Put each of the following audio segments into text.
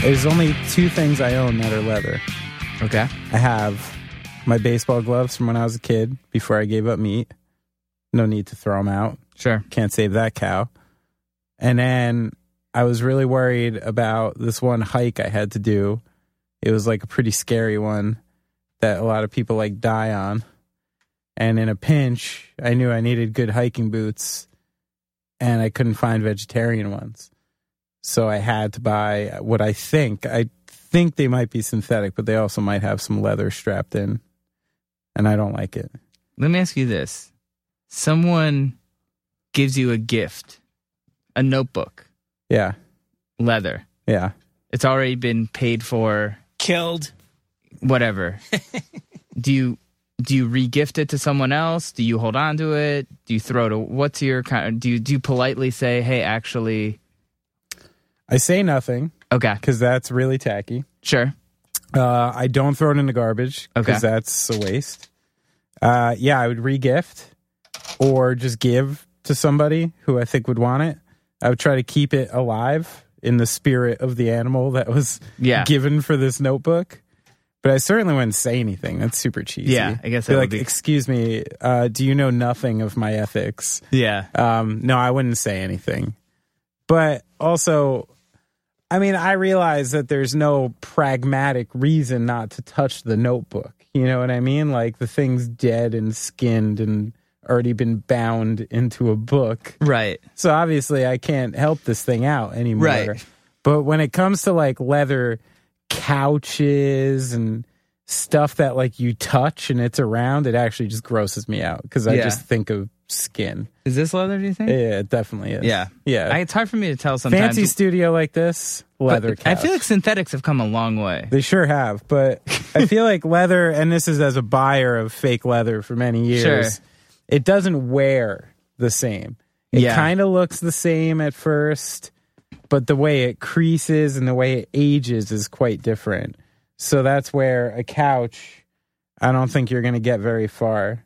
There's only two things I own that are leather. Okay. I have my baseball gloves from when I was a kid before I gave up meat. No need to throw them out. Sure. Can't save that cow. And then I was really worried about this one hike I had to do. It was like a pretty scary one that a lot of people like die on. And in a pinch, I knew I needed good hiking boots and I couldn't find vegetarian ones. So I had to buy what I think I think they might be synthetic, but they also might have some leather strapped in. And I don't like it. Let me ask you this. Someone gives you a gift, a notebook, Yeah. leather. Yeah. It's already been paid for, Killed. whatever. do you do you regift it to someone else? Do you hold on to it? Do you throw it? a- What's your kind? Do you do you politely say, "Hey, actually, I say nothing okay, because that's really tacky. sure, Uh, I don't throw it in the garbage Okay. because that's a waste. Uh, yeah, I would regift or just give to somebody who I think would want it. I would try to keep it alive in the spirit of the animal that was Yeah. given for this notebook. But I certainly wouldn't say anything. That's super cheesy. Yeah, I guess Be that would like, be- excuse me, uh, do you know nothing of my ethics? yeah, Um, no, I wouldn't say anything. But also, I mean, I realize that there's no pragmatic reason not to touch the notebook. You know what I mean? Like the thing's dead and skinned and already been bound into a book. right, So obviously, I can't help this thing out anymore. Right. But when it comes to like leather couches and stuff that like you touch and it's around, it actually just grosses me out because I Yeah. just think of skin. is this leather? Do you think? Yeah, it definitely is. Yeah. Yeah. I, it's hard for me to tell sometimes. Fancy studio like this, leather I feel couch. like synthetics have come a long way. they sure have, but I feel like leather, and this is as a buyer of fake leather for many years, Sure. it doesn't wear the same. It Yeah. kind of looks the same at first, but the way it creases and the way it ages is quite different. So that's where a couch, I don't think you're going to get very far.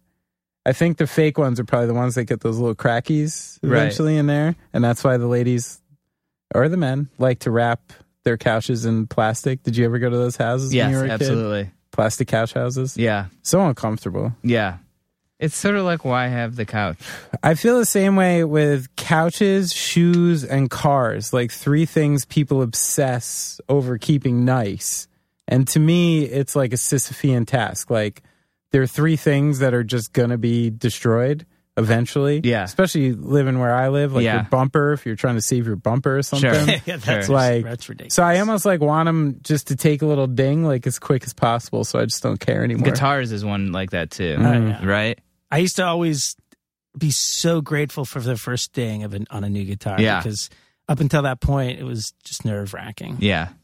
I think the fake ones are probably the ones that get those little crackies Right. eventually in there. And that's why the ladies or the men like to wrap their couches in plastic. Did you ever go to those houses Yes, when you were a kid? absolutely. Plastic couch houses. Yeah, So uncomfortable. yeah. It's sort of like why have the couch? I feel the same way with couches, shoes, and cars. Like three things people obsess over keeping nice. And to me, it's like a Sisyphean task. Like there are three things that are just going to be destroyed eventually. Yeah. Especially living where I live, like Yeah. your bumper, if you're trying to save your bumper or something. yeah, that's Sure. Like, that's ridiculous. So I almost like want them just to take a little ding like as quick as possible. So I just don't care anymore. Guitars is one like that too, Mm. right? I used to always be so grateful for the first ding of an, on a new guitar Yeah. because up until that point it was just nerve wracking. Yeah, I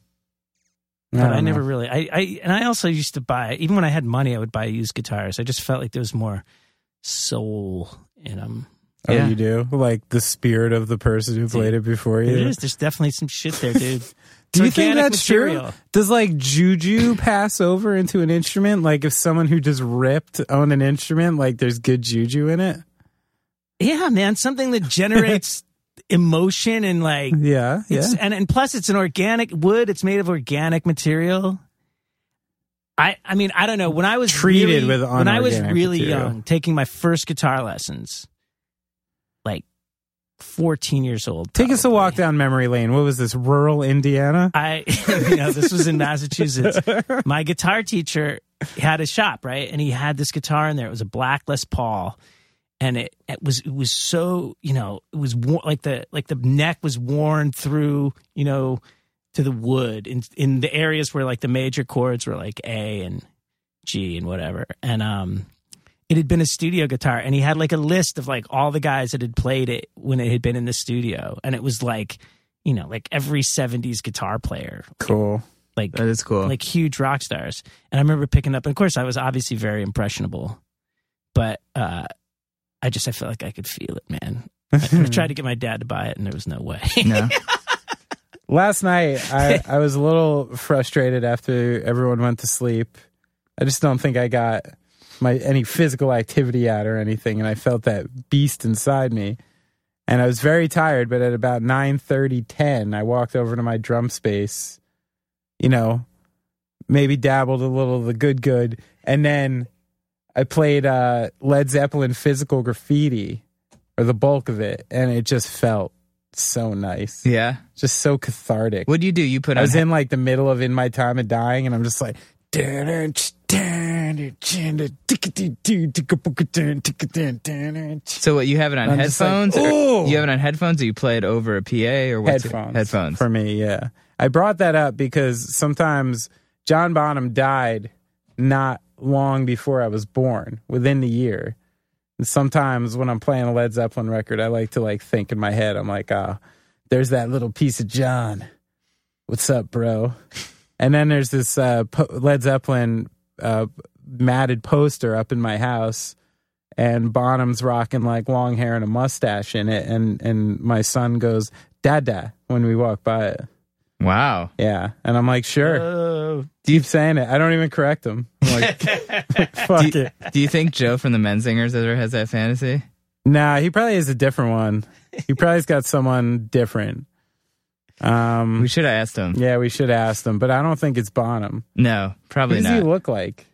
But don't I, know. never really I, I and I also used to buy even when I had money I would buy used guitars. I just felt like there was more soul in them. Oh, Yeah. you do? Like the spirit of the person who played it before you? There is there's definitely some shit there, dude. Do you It's think organic that's material. true? Does like juju pass over into an instrument? Like if someone who just ripped on an instrument, like there's good juju in it? yeah, man, something that generates emotion and like Yeah, yeah. It's, and and plus, it's an organic wood. It's made of organic material. I I mean I don't know when I was Treated really- with when I was unorganic really material. young taking my first guitar lessons, like fourteen years old. Take us a probably. walk down memory lane. What was this? Rural Indiana? I you know this was in Massachusetts. My guitar teacher had a shop right, and he had this guitar in there. It was a black Les Paul, and it, it was it was so you know it was war- like the like the neck was worn through you know to the wood in in the areas where like the major chords were like A and G and whatever, and um. It had been a studio guitar, and he had like a list of like all the guys that had played it when it had been in the studio, and it was like, you know, like every '70s guitar player, Cool. like That is cool. like huge rock stars. And I remember picking up, and of course, I was obviously very impressionable, but uh, I just I felt like I could feel it, man. I I tried to get my dad to buy it, and there was no way. no. Last night, I, I was a little frustrated after everyone went to sleep. I just don't think I got my any physical activity out or anything, and I felt that beast inside me. And I was very tired, but at about 9.30, 10, I walked over to my drum space, you know, maybe dabbled a little of the good good, and then I played uh, Led Zeppelin Physical Graffiti, or the bulk of it, and it just felt so nice Yeah. just so cathartic. What do you do? You put I on was in like the middle of in my time of dying, and I'm just like. Headphones So what you have it on I'm just like, headphones? or- "Ooh." you have it on headphones, or you play it over a PA, or what's it- headphones. for me, yeah. I brought that up because sometimes John Bonham died not long before I was born, within the year. And sometimes when I'm playing a Led Zeppelin record, I like to like think in my head, I'm like, oh, there's that little piece of John. What's up, bro? And then there's this uh, po- Led Zeppelin uh, matted poster up in my house, and Bonham's rocking like long hair and a mustache in it, and and my son goes Dada when we walk by it. Wow. Yeah, and I'm like, Uh. sure, Oh, keep saying it. I don't even correct him. I'm like, fuck it. Do you think Joe from the Men Singers ever has that fantasy? Nah, he probably is a different one. He probably's got someone different. Um, We should have asked him. yeah, we should ask them, but I don't think it's Bonham. No, What probably does he not. look like?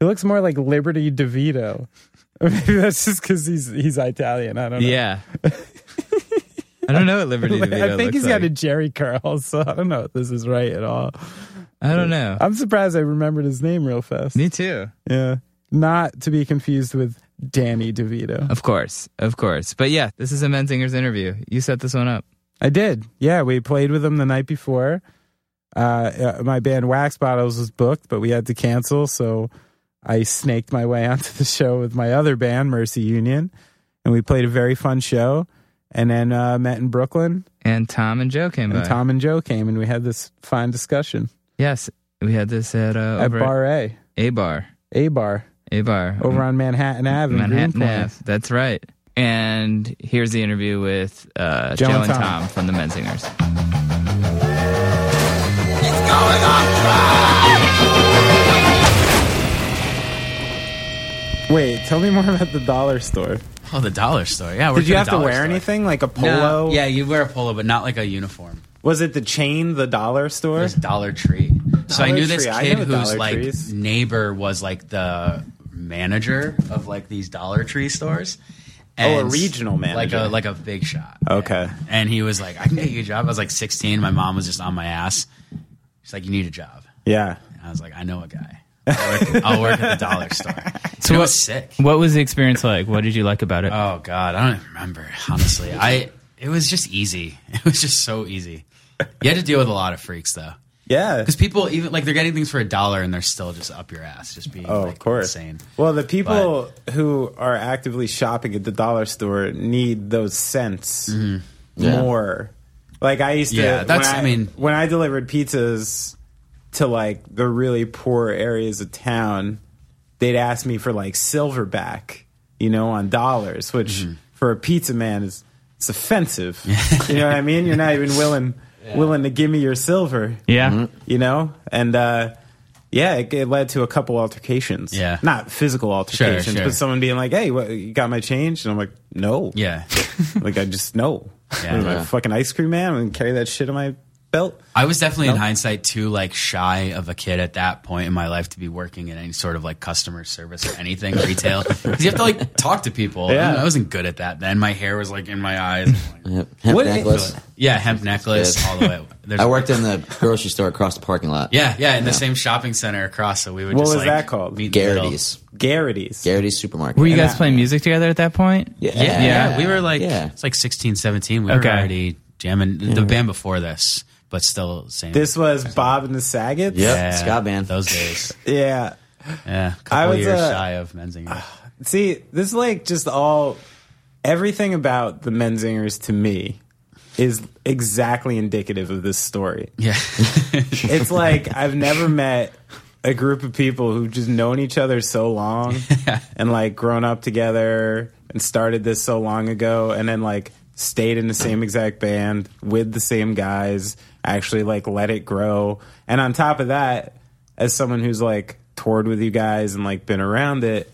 He looks more like Liberty DeVito. Maybe that's just because he's he's Italian. I don't know. Yeah. I don't know what Liberty DeVito I think looks he's like. got a Jerry curl, so I don't know if this is right at all. I don't know. I'm surprised I remembered his name real fast. Me too. Yeah, not to be confused with Danny DeVito. Of course, of course. But yeah, this is a Men Singers interview. You set this one up. I did. Yeah, we played with him the night before. Uh, uh, my band Wax Bottles was booked, but we had to cancel, so I snaked my way onto the show with my other band, Mercy Union, and we played a very fun show. And then uh, met in Brooklyn, And Tom and Joe came and by. Tom and Joe came, and we had this fine discussion Yes, we had this at uh, at over Bar A, A Bar. A Bar A Bar over on Manhattan Ave, in Mm. Manhattan Greenpoint. Ave. That's right. And here's the interview with uh, Joe Joe, and and Tom. Tom. from the Men Singers. Wait, tell me more about the dollar store. Oh, the dollar store. Yeah. we're Did you at have the to dollar wear store. anything like a No, polo? yeah, you wear a polo, but not like a uniform. Was it the chain, the dollar store? It's Dollar Tree. so I Dollar knew this Tree, I kid know whose Dollar like Trees. neighbor was like the manager of like these Dollar Tree stores. Oh, a s- regional like manager. a like a big shot. Okay. And he was like, "I can get you a job." I was like 16. My mom was just on my ass. She's like, "You need a job." Yeah. And I was like, "I know a guy. I'll work, I'll work at the dollar store." So it was sick. What was the experience like? What did you like about it? Oh God, I don't even remember. Honestly, I it was just easy. It was just so easy. You had to deal with a lot of freaks though, Yeah. because people even like they're getting things for a dollar and they're still just up your ass, just being Oh, like, of course. insane. Well, the people who are actively shopping at the dollar store need those cents more. Like I used to. Mm-hmm. Yeah, that's- When I, I mean- when I delivered pizzas to like the really poor areas of town, they'd ask me for like silverback, you know, on dollars, which Mm-hmm. for a pizza man is it's offensive. you know what I mean? You're mm-hmm. not even willing willing to give me your silver yeah. you know and uh Yeah, it, it led to a couple altercations. Yeah. not physical altercations, sure. but someone being like, "Hey, what, you got my change?" And I'm like, "No." Yeah. like I just know. Yeah. What am I, Yeah. a fucking ice cream man and carry that shit on my belt. I was definitely in hindsight too like shy of a kid at that point in my life to be working in any sort of like customer service or anything retail 'Cause you have to like talk to people. Yeah. And I wasn't good at that then. My hair was like in my eyes. Hemp hemp What- necklace. yeah, hemp necklace Yes. all the way. There's- I worked in the grocery store across the parking lot. yeah, yeah, in the same shopping center across. So we would What just was like that called? meet in the middle. Garrity's. Garrity's. Garrity's supermarket. Were you And guys I- playing music together at that point? Yeah. Yeah, yeah, we were like Yeah. it's like 16, 17. We Okay. were already jamming the band before this, but still same. This was Bob and the Saggets. Yep. Ska band. Those days. Yeah. Yeah, a I couple was, years uh, shy of Menzinger. See, this is like just all everything about the Menzingers to me is exactly indicative of this story. Yeah, It's like I've never met a group of people who've just known each other so long and like grown up together and started this so long ago and then like stayed in the same exact band with the same guys, actually like let it grow. And on top of that, as someone who's like toured with you guys and like been around it,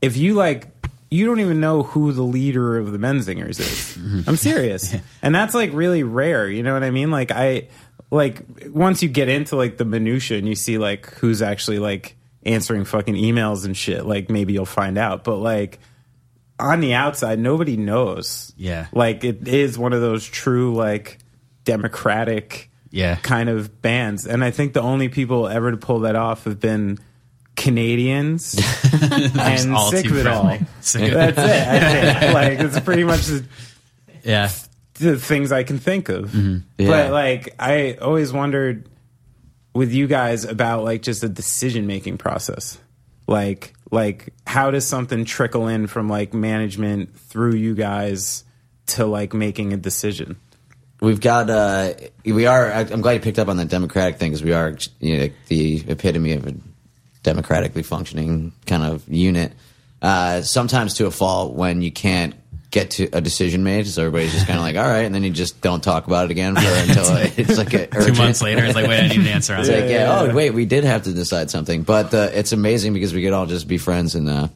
if you like you don't even know who the leader of the Menzingers is. I'm serious. And that's like really rare, you know what I mean? Like I like once you get into like the minutia and you see like who's actually like answering fucking emails and shit, like maybe you'll find out. But like on the outside, nobody knows. Yeah. Like it is one of those true like democratic Yeah. kind of bands. And I think the only people ever to pull that off have been Canadians and all sick too of it all. friendly. Sick of That's it. I think. like it's pretty much the, yeah, the things I can think of. Yeah. But like I always wondered with you guys about like just the decision making process. Like like how does something trickle in from like management through you guys to like making a decision? We've got. Uh, we are. I- I'm glad you picked up on the democratic thing because we are you know, the epitome of a democratically functioning kind of unit. Uh, sometimes to a fault when you can't get to a decision made, so everybody's just kind of like, all right, and then you just don't talk about it again for until it's like a two months later, it's like wait, I need an answer on It's that. like, yeah, oh wait, we did have to decide something, but uh, it's amazing because we could all just be friends and, uh,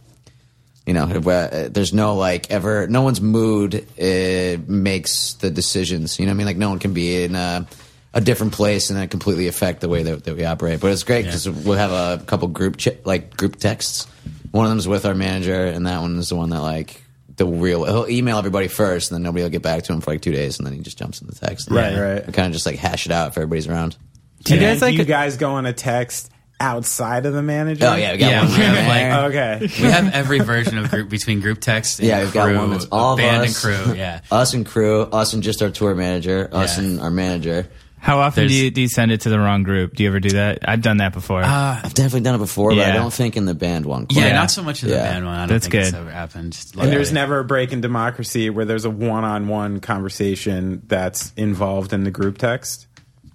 you know, uh, there's no like ever, no one's mood uh, makes the decisions. You know what I mean? Like no one can be in a, a different place and that completely affect the way that, that we operate. But it's great because we'll have a couple group ch- like group texts. One of them's with our manager, and that one is the one that like. The real he'll email everybody first, and then nobody will get back to him for like two days, and then he just jumps in the text. Right, right. Kind of just like hash it out if everybody's around. Do you guys, like, you a- guys go on a text outside of the manager? Oh yeah, we got Yeah, one we have, right like, there. Okay. We have every version of group between group text. And Yeah, we've got crew, one that's all of band us. and crew. Yeah, us and crew, us and just our tour manager, us Yeah. and our manager. How often do There's- you, do you send it to the wrong group? Do you ever do that? I've done that before. I've definitely done it before, but I Yeah. don't think in the band one. yeah, quite. not so much in the Yeah. band one. I don't That's think it's good. ever happened. Just And like- there's never a break in democracy where there's a one-on-one conversation that's involved in the group text.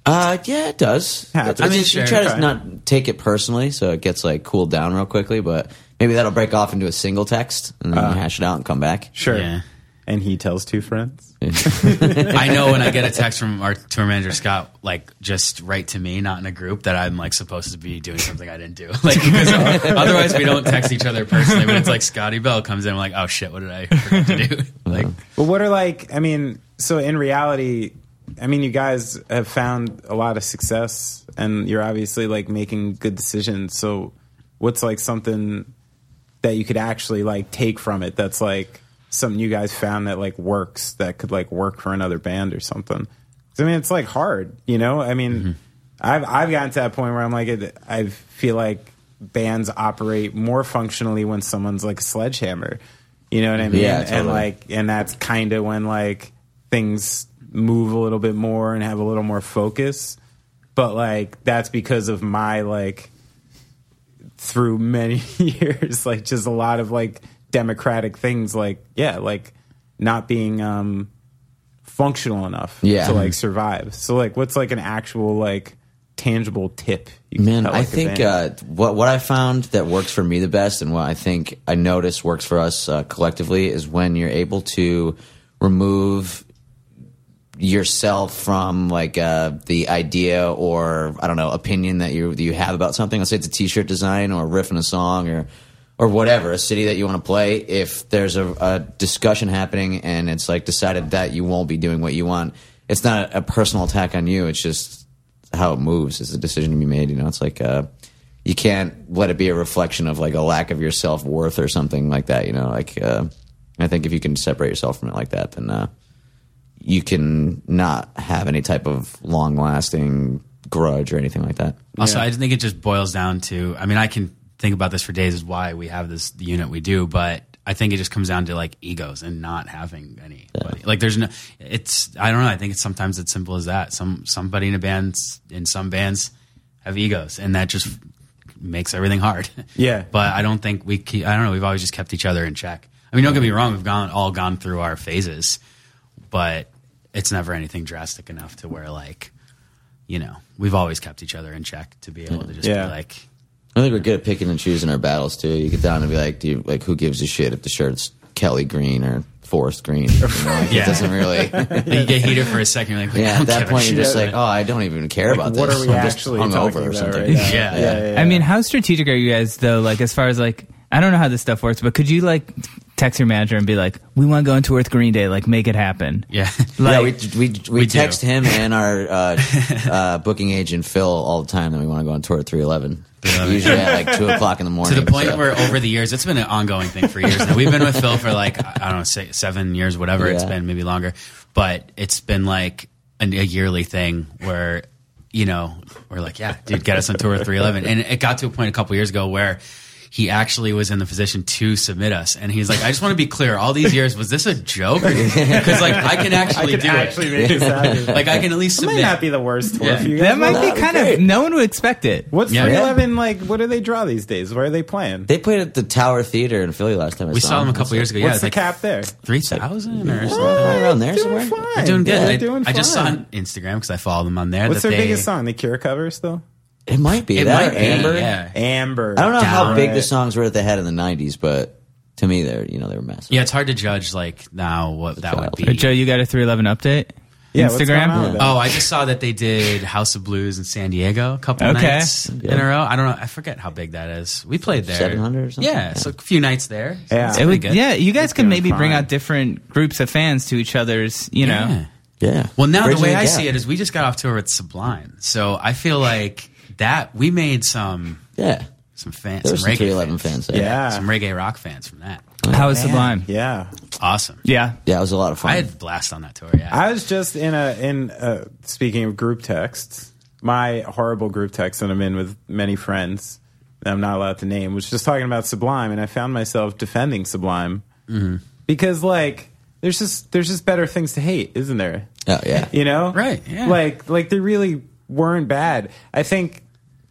Uh, yeah, it does. Happens. I mean, I mean, you sure, try to okay. not take it personally, so it gets like cooled down real quickly. But maybe that'll break off into a single text and then you hash it out and come back. Sure. Yeah. And he tells two friends. I know when I get a text from our tour manager Scott, like just write to me, not in a group, that I'm like supposed to be doing something I didn't do. Like 'cause otherwise we don't text each other personally. But it's like Scotty Bell comes in, I'm like, oh shit, what did I forget to do? Like, But what are like? I mean, so in reality, I mean, you guys have found a lot of success, and you're obviously like making good decisions. So, what's like something that you could actually like take from it? That's like something you guys found that like works that could like work for another band or something. 'Cause, I mean, it's like hard, you know. I mean, Mm-hmm. I've I've gotten to that point where I'm like, it- I feel like bands operate more functionally when someone's like a sledgehammer. You know what I mean? Yeah, And totally. like, and that's kind of when like things move a little bit more and have a little more focus. But like, that's because of my like through many years like just a lot of like democratic things like yeah like not being um functional enough Yeah. to like survive so like what's like an actual like tangible tip you can Man, tell, I like, a think band? uh, what what I found that works for me the best, and what I think I notice works for us uh, collectively, is when you're able to remove yourself from like uh, the idea or I don't know opinion that you that you have about something. Let's say it's a T-shirt design or a riff in a song or or whatever a city that you want to play. If there's a, a discussion happening and it's like decided that you won't be doing what you want, it's not a personal attack on you. It's just how it moves. It's a decision to be made. You know, it's like. Uh, you can't let it be a reflection of like a lack of your self worth or something like that. You know, like uh, I think if you can separate yourself from it like that, then uh, you can not have any type of long lasting grudge or anything like that. Also, I think it just boils down to. I mean, I can think about this for days. Is why we have this the unit we do, but I think it just comes down to like egos and not having anybody. Like, there's no. It's. I don't know. I think it's sometimes it's simple as that. Some somebody in a band's in some bands have egos, and that just makes everything hard. Yeah. but I don't think we. Keep, I don't know. We've always just kept each other in check. I mean, don't get me wrong. We've gone all gone through our phases, but it's never anything drastic enough to where like you know, we've always kept each other in check to be able to just Yeah. be like, I think we're good at picking and choosing our battles too. You get down and be like, do you, like who gives a shit if the shirt's Kelly Green or Forest Green? You know, like, Yeah. It doesn't really. you get heated for a second, you're like, Yeah, "I at don't give that a point, you're just shit." like, oh, I don't even care about what this. are we I'm just actually hungover talking or about something. right now? Yeah. I mean, how strategic are you guys though? Like, as far as like, I don't know how this stuff works, but could you like text your manager and be like, "We want to go into Earth Green Day, like make it happen." yeah, yeah, we, Like- we, we, We do. text him and our uh, uh, booking agent Phil all the time that we want to go on tour at three eleven. Usually at like two o'clock in the to morning. the point so- where over the years, it's been an ongoing thing for years now. We've been with Phil for like, I I don't know, six, seven years, whatever it's Yeah. been, maybe longer, but it's been like an, a yearly thing where, you know, we're like, yeah, dude, get us on tour 311. And it got to a point a couple years ago where he actually was in the position to submit us. And he's like, I just want to be clear. All these years, was this a joke? Because like, I can actually Could do actually it. make this happen. Like I can at least It submit. might not be the worst tour Yeah. for you guys. That might that'd be be kind great. of no one would expect it. What's Yeah. 311 like? What do they draw these days? Where are they playing? they played at the Tower Theater in Philly last time. I We saw, saw them a couple years ago. Yeah, What's it's the like cap there? three thousand or something. Right around there Doing somewhere. fine. What They're doing good. They're I, doing I just saw fine. on Instagram because I follow them on there. What's that their they, biggest song? The Cure covers though. It might be It that might or be, Amber. yeah. Amber. I don't know how Down. big the songs were that they had in the '90s, but to me, they're you know they were massive. Yeah, it's hard to judge like now what that would child. Uh, be. Joe, you got a 311 update? Yeah, what's going on with Instagram? that? Oh, I just saw that they did House of Blues in San Diego a couple Okay. nights in a row. I don't know. I forget how big that is. We played there. 700 or something? Yeah, so a few nights there. So Yeah. it's It It pretty would, good. yeah, you guys could doing maybe bring fine. out different groups of fans to each other's, you know. Yeah. yeah. Well, now Bridging the way I gap. see it is we just got off tour with Sublime. So I feel like that we made some yeah, some fans, there some were some reggae 311 fans. fans. there. Yeah. Some reggae rock fans from that. How is Sublime? Yeah. Awesome. Yeah. yeah, it was a lot of fun. I had a blast on that tour. Yeah. I was just in a in uh speaking of group texts, my horrible group text that I'm in with many friends that I'm not allowed to name was just talking about Sublime, and I found myself defending Sublime because like there's just there's just better things to hate, isn't there? oh yeah, You know, Right, yeah. Like like they really weren't bad. I think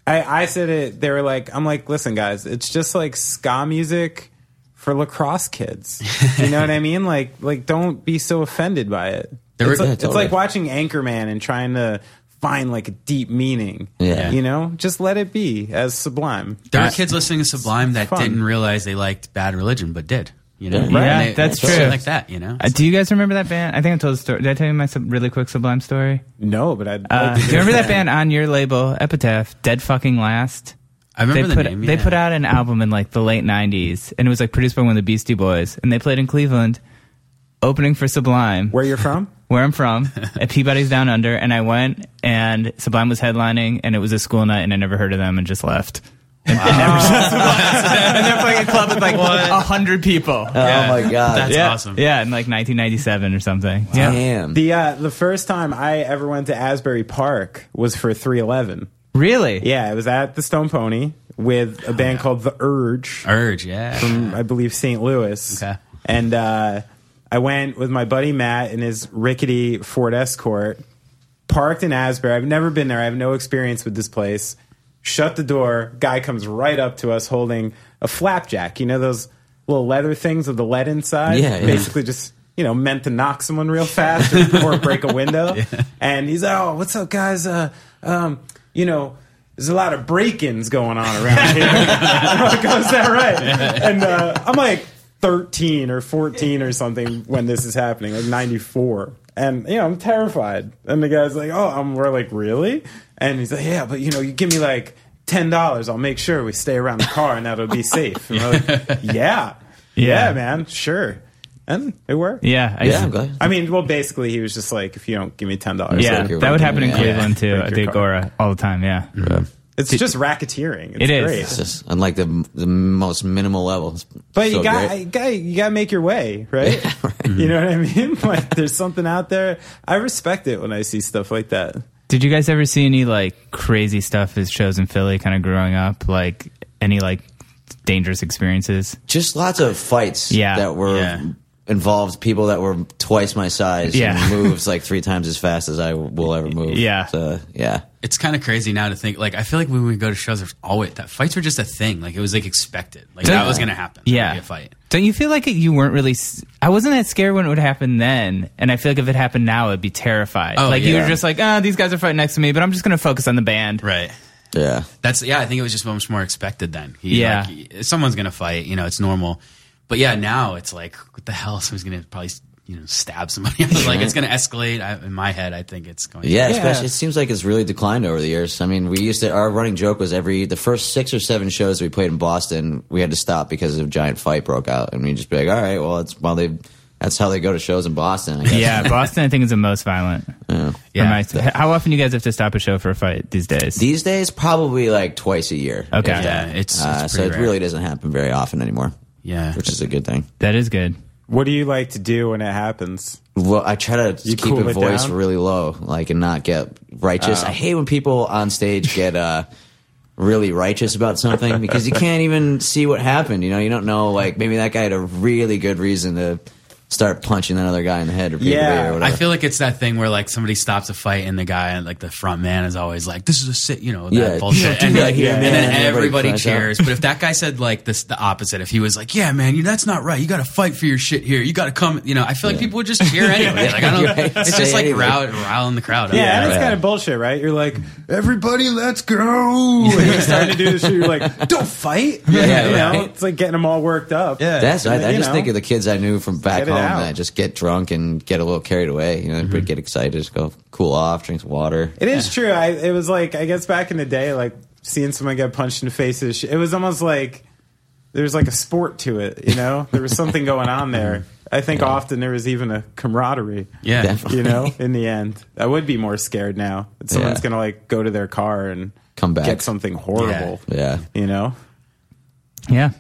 I I said it. They were like, I'm like, listen, guys, it's just like ska music. For lacrosse kids, you know what I mean? Like, like, don't be so offended by it. There It's, were- like, Yeah, it's totally. like watching Anchorman and trying to find like a deep meaning. Yeah. You know, just let it be as sublime. Uh, There were kids listening to Sublime that fun. didn't realize they liked Bad Religion, but did. You know, Yeah. And Yeah, they- that's shit true. Like that, you know. Uh, do you guys remember that band? I think I told the story. Did I tell you my sub- really quick Sublime story? No, but I'd Uh, do you remember that band on your label, Epitaph, Dead Fucking Last? I they remember the put name. they yeah. put out an album in like the late '90s, and it was like produced by one of the Beastie Boys, and they played in Cleveland, opening for Sublime, where you're from? where I'm from, at Peabody's Down Under, and I went, and Sublime was headlining, and it was a school night, and I never heard of them, and just left. And, and never saw Sublime. and they're playing a club with like a hundred people. oh my god, That's yeah, awesome. Yeah, in like 1997 or something. Yeah, damn. The uh, the first time I ever went to Asbury Park was for 311. really. Yeah, it was at the Stone Pony with a band called The Urge. Urge, yeah. from I believe St. Louis. Okay. And uh, I went with my buddy Matt in his rickety Ford Escort, parked in Asbury. I've never been there. I have no experience with this place. Shut the door. Guy comes right up to us holding a flapjack. You know those little leather things with the lead inside. Yeah, yeah. Basically, just you know meant to knock someone real fast or, or break a window. And he's like, "Oh, what's up, guys? Uh, um, you know." There's a lot of break-ins going on around here. I'm like, "Oh, is that right? And uh, I'm like, 13 or 14 or something when this is happening, like 94. And, you know, I'm terrified. And the guy's like, oh, I'm, we're like, really? And he's like, yeah, but, you know, you give me like $10, I'll make sure we stay around the car and that'll be safe. And we're like, yeah, yeah, Yeah. man, sure. And it worked. Yeah, I Yeah, I'm glad. I mean, well, basically, he was just like, if you don't give me $10, yeah, Mm-hmm. Break your that would window, happen in yeah. Cleveland too Break at the your car. Agora all the time. Yeah, it's just racketeering. It's It is. Great. It's just on like the the most minimal level. It's But so you got great. you got you got to make your way, right? You know what I mean? Like there's something out there. I respect it when I see stuff like that. Did you guys ever see any like crazy stuff as shows in Philly kind of growing up? Like any like dangerous experiences? just lots of fights Yeah. that were Yeah. involved people that were twice my size Yeah. and moves like three times as fast as I will ever move. Yeah. So, yeah. It's kind of crazy now to think. Like, I feel like when we go to shows, there's always that fights were just a thing. Like, it was like expected. Like Don't- that was gonna happen. There'd Yeah. be a fight. Don't you feel like you weren't really? s- I wasn't that scared when it would happen then, and I feel like if it happened now, I'd be terrified. Oh, like you yeah. were just like, ah, these guys are fighting next to me, but I'm just gonna focus on the band. Right. Yeah. That's yeah. I think it was just much more expected then. He, Yeah. like, he- someone's gonna fight. You know, it's normal. But yeah, now it's like what the hell? Someone's gonna probably you know stab somebody. else. like it's gonna escalate. I, in my head, I think it's going. to- Yeah, especially it seems like it's really declined over the years. I mean, we used to our running joke was every the first six or seven shows we played in Boston, we had to stop because a giant fight broke out, and we just be like, all right, well, it's well they that's how they go to shows in Boston. I guess. Yeah, Boston, I think is the most violent. Yeah. Reminds- how often do you guys have to stop a show for a fight these days? These days, probably like twice a year. Okay. Yeah. It's, Uh, it's so it pretty rare. really doesn't happen very often anymore, Yeah. which is a good thing. that is good. What do you like to do when it happens? Well, I try to You keep cool a it voice down? Oh. really low, like, and not get righteous. I hate when people on stage get uh, really righteous about something because you can't even see what happened. You know, you don't know. Like, maybe that guy had a really good reason to start punching that other guy in the head or Yeah. yeah, or I whatever. feel like it's that thing where like somebody stops a fight and the guy like the front man is always like, "This is a sit," you know, that Yeah, you don't bullshit, do and, that like, here, and man. then Everybody everybody cries out. cheers. but if that guy said like this, the opposite, if he was like, "Yeah, man, you that's not right. You got to fight for your shit here. You got to come," you know, I feel like people would just cheer anyway. Like I don't, Right. it's Say just like anyway. row, riling the crowd. up. Yeah, and it's kind of bullshit, right? You're like, everybody, let's go. And you're starting to do this shit. You're like, don't fight. Yeah, you know, right. it's like getting them all worked up. Yeah, That's I, I You just know. think of the kids I knew from back Get it home out. Mm-hmm. that just get drunk and get a little carried away. You know, but get excited, just go cool off, drink some water. It is true. I it was like I guess back in the day, like seeing someone get punched in the face. Is, it was almost like there was like a sport to it. You know, there was something going on there. I think often there was even a camaraderie. yeah. Definitely. You know, in the end, I would be more scared now. that Someone's Yeah. gonna like go to their car and Come back. get something horrible. Yeah. You know, Yeah.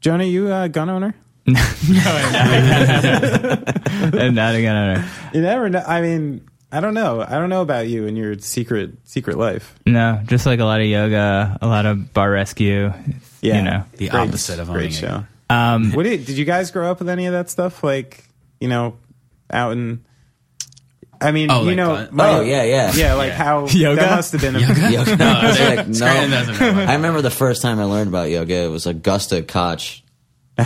Jonah, you a gun owner? And not again. I don't know. You never know. I mean, I don't know. I don't know about you and your secret secret life. No, just like a lot of yoga, a lot of bar rescue. Yeah, You know. The opposite of owning great a show. gun. Um, What did, did you guys grow up with any of that stuff? Like, you know, out in. I mean, Oh, you like know, the- my- Oh, yeah, yeah. yeah. Like how Yoga? that must have been. A, Yeah, okay. No, It's they- like, no. Scranton doesn't know. I remember the first time I learned about yoga. It was Augusta Koch,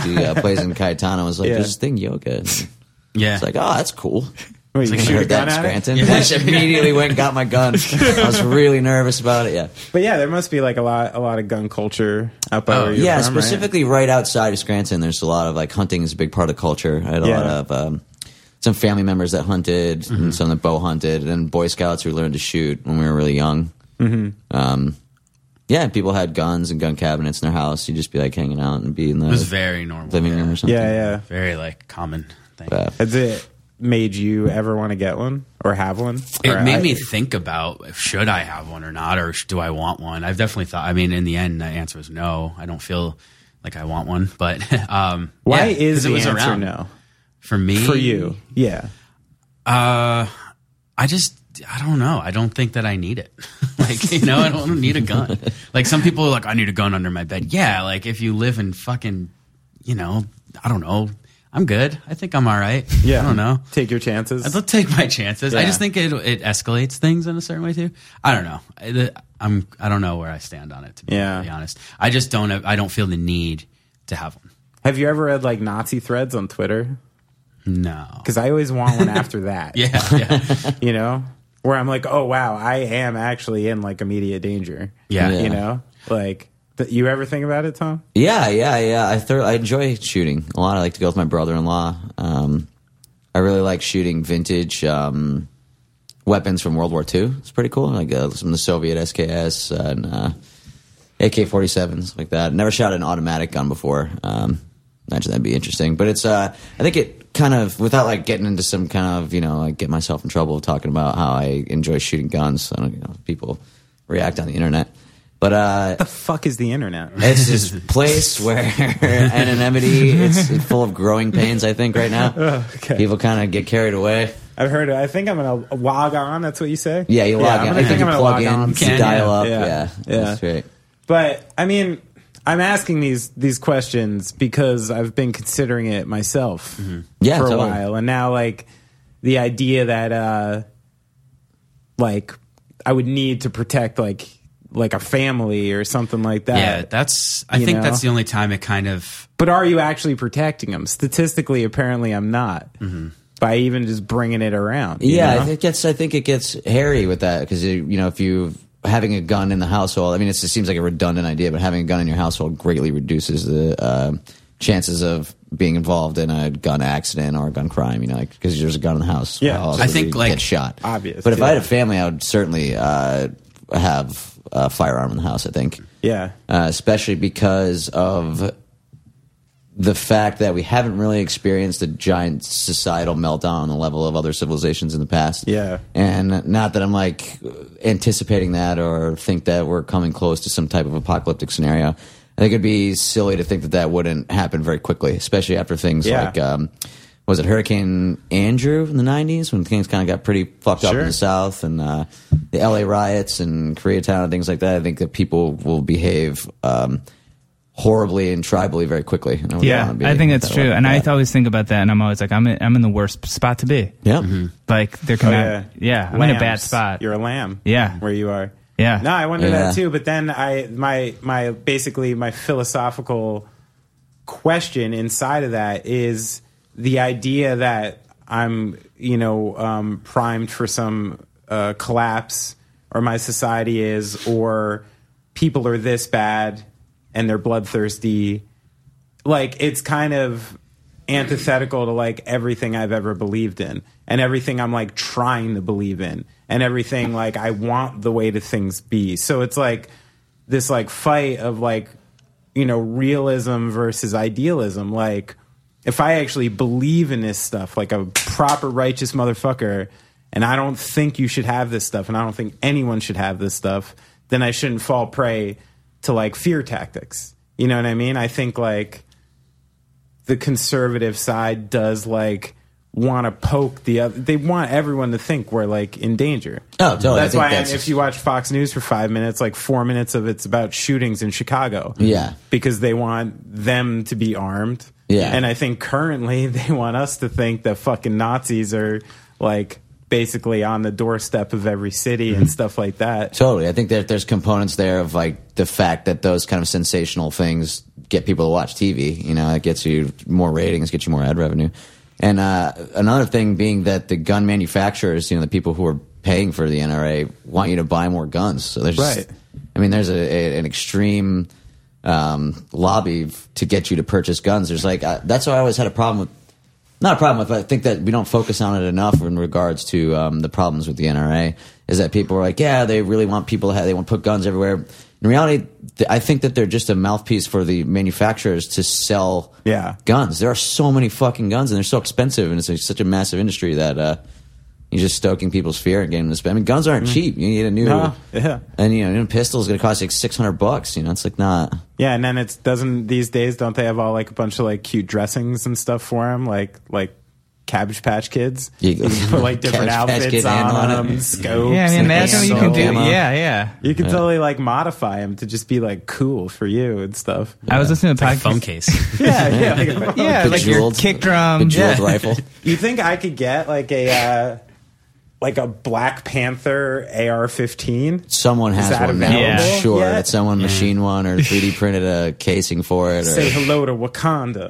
who uh, plays in Kaitana. was like, Yeah. "There's this thing yoga." And Yeah, It's like, "Oh, that's cool." Wait, you I shoot a heard gun that in at it? Scranton. I just immediately went and got my gun. I was really nervous about it. Yeah, But yeah, there must be like a lot, a lot of gun culture out by Oh, where you're yeah. from, right? specifically, right? outside of Scranton, there's a lot of like hunting is a big part of culture. I had a Yeah. Mm-hmm. lot of um, some family members that hunted, and some that bow hunted, and then Boy Scouts who learned to shoot when we were really young. Mm-hmm. Um, yeah, and people had guns and gun cabinets in their house. You'd just be like hanging out and be in the it was very normal. living yeah. room or something. Yeah, yeah. Very like common thing. Has it made you ever want to get one or have one? It Or made I- me think about should I have one or not, or sh- do I want one? I've definitely thought. I mean, in the end, the answer is no. I don't feel like I want one, but um, Why yeah, is 'cause the answer no for me? for you? Yeah, Uh, I just I don't know. I don't think that I need it. like you know, I don't need a gun. Like some people are like, I need a gun under my bed. Yeah, like if you live in fucking, you know, I don't know. I'm good. I think I'm all right. yeah. I don't know. Take your chances. I'll take my chances. I Yeah. just think it it escalates things in a certain way too. I don't know. I, the- I'm I don't know where I stand on it to be Yeah. really honest. I just don't have, I don't feel the need to have one. Have you ever read like Nazi threads on Twitter? No. Because I always want one after that. Yeah, yeah, you know where i'm like oh wow i am actually in like immediate danger yeah. you know like Th- You ever think about it, Tom? Yeah, yeah, yeah. I thor- I enjoy shooting a lot. I like to go with my brother-in-law. Um, I really like shooting vintage um, weapons from World War II. It's pretty cool. Like uh, some of the Soviet SKS and uh, AK-47s like that. Never shot an automatic gun before. Um, imagine that'd be interesting. But it's uh, I think it kind of without like getting into some kind of you know like get myself in trouble talking about how I enjoy shooting guns. I don't you know people react on the internet. But uh, The fuck is the internet? it's this place where anonymity it's full of growing pains. I think right now Oh, people kind of get carried away. I've heard it. I think I'm gonna log on. That's what you say. Yeah, you I'm log in. gonna- I I think you I'm gonna plug log in, on. you dial up. Yeah. Yeah, Yeah. that's right. But I mean, I'm asking these these questions because I've been considering it myself Mm-hmm. Yeah, for a totally. while, and now like the idea that uh, like I would need to protect like like a family or something like that. yeah, that's. I you think know? that's the only time it kind of. but are you actually protecting them? Statistically, apparently, I'm not. By even just bringing it around. you Mm-hmm. Yeah, know? I think it gets. I think it gets hairy with that because you know if you having a gun in the household. I mean, it's, it seems like a redundant idea, but having a gun in your household greatly reduces the uh, chances of being involved in a gun accident or a gun crime. You know, like because there's a gun in the house. Yeah. Well, I also think, you like, get shot. obvious, But if yeah. I had a family, I would certainly uh, have a firearm in the house. I think yeah. uh, especially because of the fact that we haven't really experienced a giant societal meltdown on the level of other civilizations in the past. Yeah. And not that I'm like anticipating that or think that we're coming close to some type of apocalyptic scenario. I think it'd be silly to think that that wouldn't happen very quickly, especially after things Yeah. like, um, was it Hurricane Andrew in the 90s when things kind of got pretty fucked up Sure. in the South and uh, the LA riots and Koreatown and things like that? I think that people will behave um, horribly and tribally very quickly. And I wouldn't Yeah, wanna be I think that that's way. true, and Yeah. I always think about that, and I'm always like, I'm in, I'm in the worst spot to be. Yeah. Like they're Oh, kind of Hmm. yeah. I'm in a bad Lambs. spot. You're a lamb. Yeah. Where you are. Yeah. No, I wonder that Yeah. too. But then I my my basically my philosophical question inside of that is the idea that I'm you know um, primed for some uh, collapse or my society is or people are this bad and they're bloodthirsty. Like it's kind of antithetical to like everything I've ever believed in and everything I'm like trying to believe in and everything like I want the way to things be. So it's like this like fight of like you know realism versus idealism like if I actually believe in this stuff like a proper righteous motherfucker and I don't think you should have this stuff and I don't think anyone should have this stuff then I shouldn't fall prey to like fear tactics. You know what I mean? I think like the conservative side does like want to poke the other. They want everyone to think we're like in danger. Oh, totally. I That's think why that's- if you watch Fox News for five minutes, like four minutes of it's about shootings in Chicago. Yeah. because they want them to be armed. Yeah. and I think currently they want us to think that fucking Nazis are like basically on the doorstep of every city Mm-hmm. and stuff like that. Totally. I think that there's components there of like the fact that those kind of sensational things get people to watch TV. You know, it gets you more ratings, gets you more ad revenue. And uh, another thing being that the gun manufacturers, you know, the people who are paying for the NRA want you to buy more guns. So there's, Right. I mean, there's a, a, an extreme um, lobby f- to get you to purchase guns. There's like I, that's why I always had a problem with not a problem with, but I think that we don't focus on it enough in regards to um, the problems with the NRA. Is that people are like, yeah, they really want people to have, they want to put guns everywhere. In reality, th- I think that they're just a mouthpiece for the manufacturers to sell Yeah. guns. There are so many fucking guns, and they're so expensive, and it's like, such a massive industry that uh, you're just stoking people's fear and getting them to spend. I mean, guns Mm. aren't cheap. You need a new, No, yeah. and you know, a new pistol is going to cost you like six hundred bucks. You know, it's like not. Yeah, and then it's doesn't these days don't they have all like a bunch of like cute dressings and stuff for him like like Cabbage Patch Kids? You- You can put like different Cabbage Patch outfits Kid on, ammo on it. them, scopes. yeah, I mean, and imagine what you can do. handles. ammo. Yeah, yeah. You can totally like modify him to just be like cool for you and stuff. I was listening to a Like phone podcast. case. Yeah, yeah. like- Yeah, like your Bejeweled- kick drum. bejeweled Yeah. rifle. You think I could get like a uh, like a Black Panther AR-15? Someone Is has that one now, available I'm sure. yet? That someone machined one or 3D printed a casing for it. Or, Say hello to Wakanda.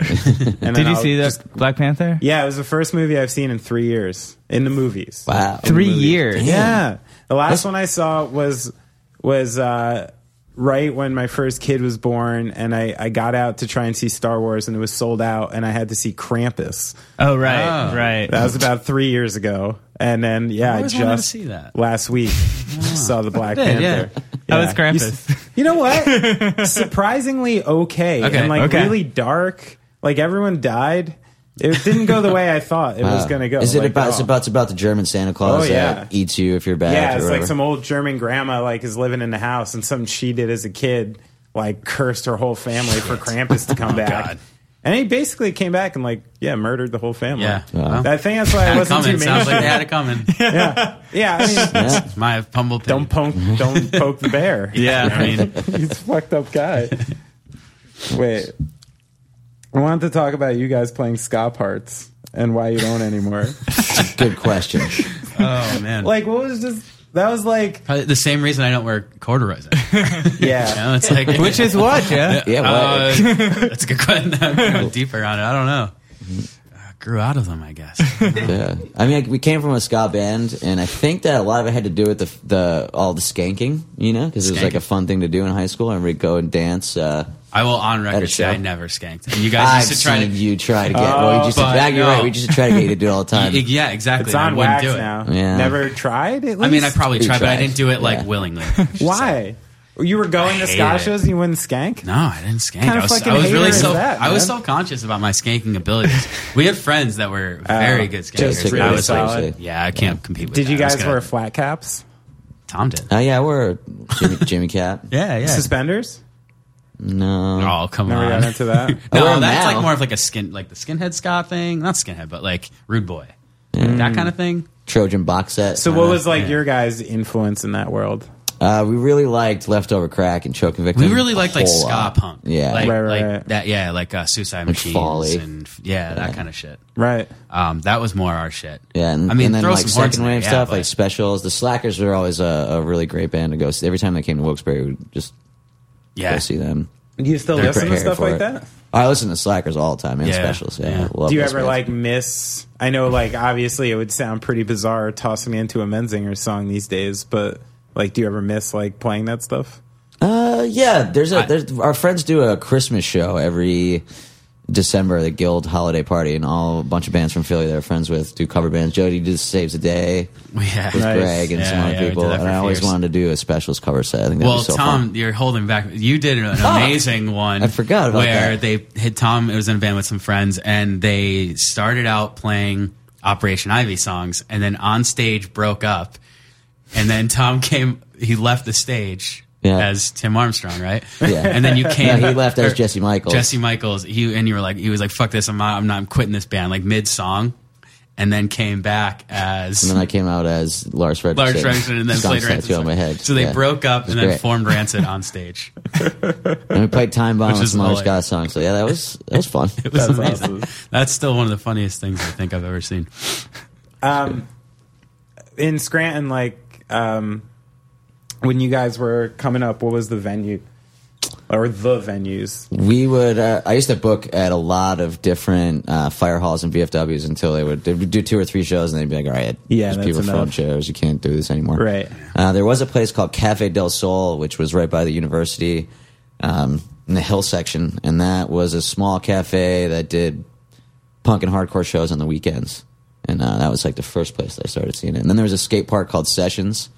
And Did you see that Black Panther? Yeah, it was the first movie I've seen in three years in the movies. wow. Three years. Damn. Yeah. The last one I saw was was uh right when my first kid was born, and I, I got out to try and see Star Wars, and it was sold out, and I had to see Krampus. Oh right, right. That was about three years ago, and then yeah, I, always wanted to just see that. last week saw the Black did, yeah. Panther. How was You s- You, Krampus? know what? Surprisingly okay, Okay, and like okay. really dark. Like everyone died. It didn't go the way I thought it was going to go. Is it like, oh. about? at It's all. about. It's about the German Santa Oh, Claus yeah. that eats you if you're bad. Yeah, or it's like whatever. some old German grandma like is living in the house, and something she did as a kid like cursed her whole family for Krampus to come back. God. And he basically came back and like yeah, murdered the whole family. Yeah. I Wow. think that's why I Had it wasn't coming. too Sounds mainstream. like they had it coming. yeah, yeah. I mean, Yeah. It's my humble opinion. don't poke, don't poke the bear. Yeah, I mean, he's a fucked up guy. Wait, I wanted to talk about you guys playing ska parts and why you don't anymore. Good question. oh man. like, what was just that was like, Probably the same reason I don't wear corduroys. You yeah. know, it's like Which is what, yeah. Yeah. Uh, Well, that's a good question. I'm going deeper on it. I don't know. Mm-hmm. I grew out of them, I guess. yeah. I mean, like, we came from a ska band, and I think that a lot of it had to do with the the all the skanking, you know, because it was like Skanking. a fun thing to do in high school, and we'd go and dance. Uh, I will on a record say show. I never skanked. And you guys I've used to try seen to. you try to get. well, Oh, you just but yeah, you're no. right. We just try to get you to do it all the time. Yeah, exactly. It's and I on wouldn't wax do it. now. Yeah. Never tried it. I mean, I probably We tried, but I tried. didn't do it like Yeah. willingly. Why? You were going to hated ska it. shows and you wouldn't skank? No, I didn't skank. Kinda I was, fucking I was hater really is self. that, I was man? self conscious about my skanking abilities. we had friends that were very good skankers. just and I really was solid. like, yeah, I can't compete Oh, with. Did that. you I was guys gonna- wear Uh, flat caps? Tom did. Oh yeah, we're Jimmy, Jimmy Cat. Yeah, yeah. Suspenders? No. Oh come Never on! got into that. I wear No, 'em that's now. like more of like a skin, like the skinhead ska thing. Not skinhead, but like rude boy, Mm. that kind of thing. Trojan box set. So what was like your guys' influence in that world? Uh, we really liked Leftover Crack and Choking Victim. We really a liked like whole ska lot. punk, Yeah. like, Right, right, like right. that, yeah, like uh, Suicide Machines Folly. and f- yeah, that kind of shit. Right. Um, that was more our shit. Yeah, and, I mean, and then throw like some horns second in there, wave yeah, stuff, but- like specials. The Slackers were always a, a really great band to go see. Every time they came to Wilkes-Barre, we would just yeah, go see them. Do you still They're listen to Prepare stuff for like it. that? I listen to Slackers all the time and Yeah, specials. Yeah, yeah. I love Do you those ever bands. like miss? I know, like obviously, it would sound pretty bizarre tossing into a Menzinger song these days, but like, do you ever miss like playing that stuff? Uh, yeah, there's a there's our friends do a Christmas show every December, the Guild holiday party, and all a bunch of bands from Philly that we're friends with do cover bands. Jody does Saves the Day yeah. with Nice. Greg and some Yeah, other yeah, we did people, that for and I always years. wanted to do a specials cover set. I think that Well, was so Tom, fun. you're holding back. You did an amazing one. I forgot about where that. they hit Tom. It was in a band with some friends, and they started out playing Operation Ivy songs, and then on stage broke up, and then Tom came. He left the stage. Yeah. As Tim Armstrong, right? Yeah. And then you came. No, he left as or- Jesse Michaels. Jesse Michaels. He and you were like, he was like, "Fuck this! I'm not. I'm not. I'm quitting this band." Like mid song, and then came back as And then I came out as Lars Fredrickson. Large Fraction and then Song played Tattoo Rancid. on my head. So they Yeah. broke up It was and then great. formed Rancid on stage. And we played Time Bomb Which and is some other hilarious. ska songs. So yeah, that was that was fun. It was That's amazing. awesome. That's still one of the funniest things I think I've ever seen. Um, in Scranton, like um, when you guys were coming up, what was the venue or the venues? we would. Uh, I used to book at a lot of different uh, fire halls and VFWs until they would, they would do two or three shows and they'd be like, "All right, Yeah, there's that's people enough. phone shows. You can't do this anymore." Right. Uh, there was a place called Cafe del Sol, which was right by the university um, in the hill section, and that was a small cafe that did punk and hardcore shows on the weekends. And uh, that was like the first place that I started seeing it. And then there was a skate park called Sessions,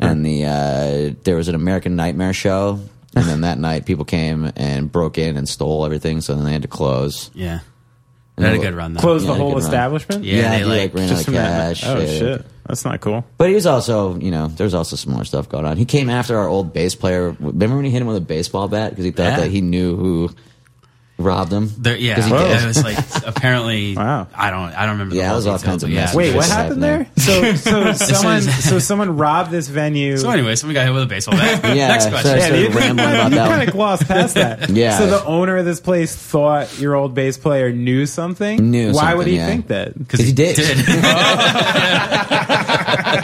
and the uh, there was an American Nightmare show. And then that night, people came and broke in and stole everything. So then they had to close. Yeah. They had a Well, good run though. Close Yeah, the they could whole run. establishment. Yeah, they he, like, ran out Just of from that cash. night. Oh yeah. shit, that's not cool. But he was also, you know, there was also some more stuff going on. He came after our old bass player. Remember when he hit him with a baseball bat because he thought Yeah. that he knew who robbed him? There, yeah, 'Cause he yeah, did. it was like apparently. Wow. I don't. I don't remember. Yeah, the it whole was all details, kinds of but mess. yeah. Wait, what Just happened there? happening. So, so someone, is- so someone robbed this venue. So anyway, somebody got hit with a baseball bat. Yeah, Next so- question. so- started rambling about that kind one. of glossed past that. Yeah. So the owner of this place thought your old bass player knew something. Knew Why something, would he yeah. think that? Because he did. Did.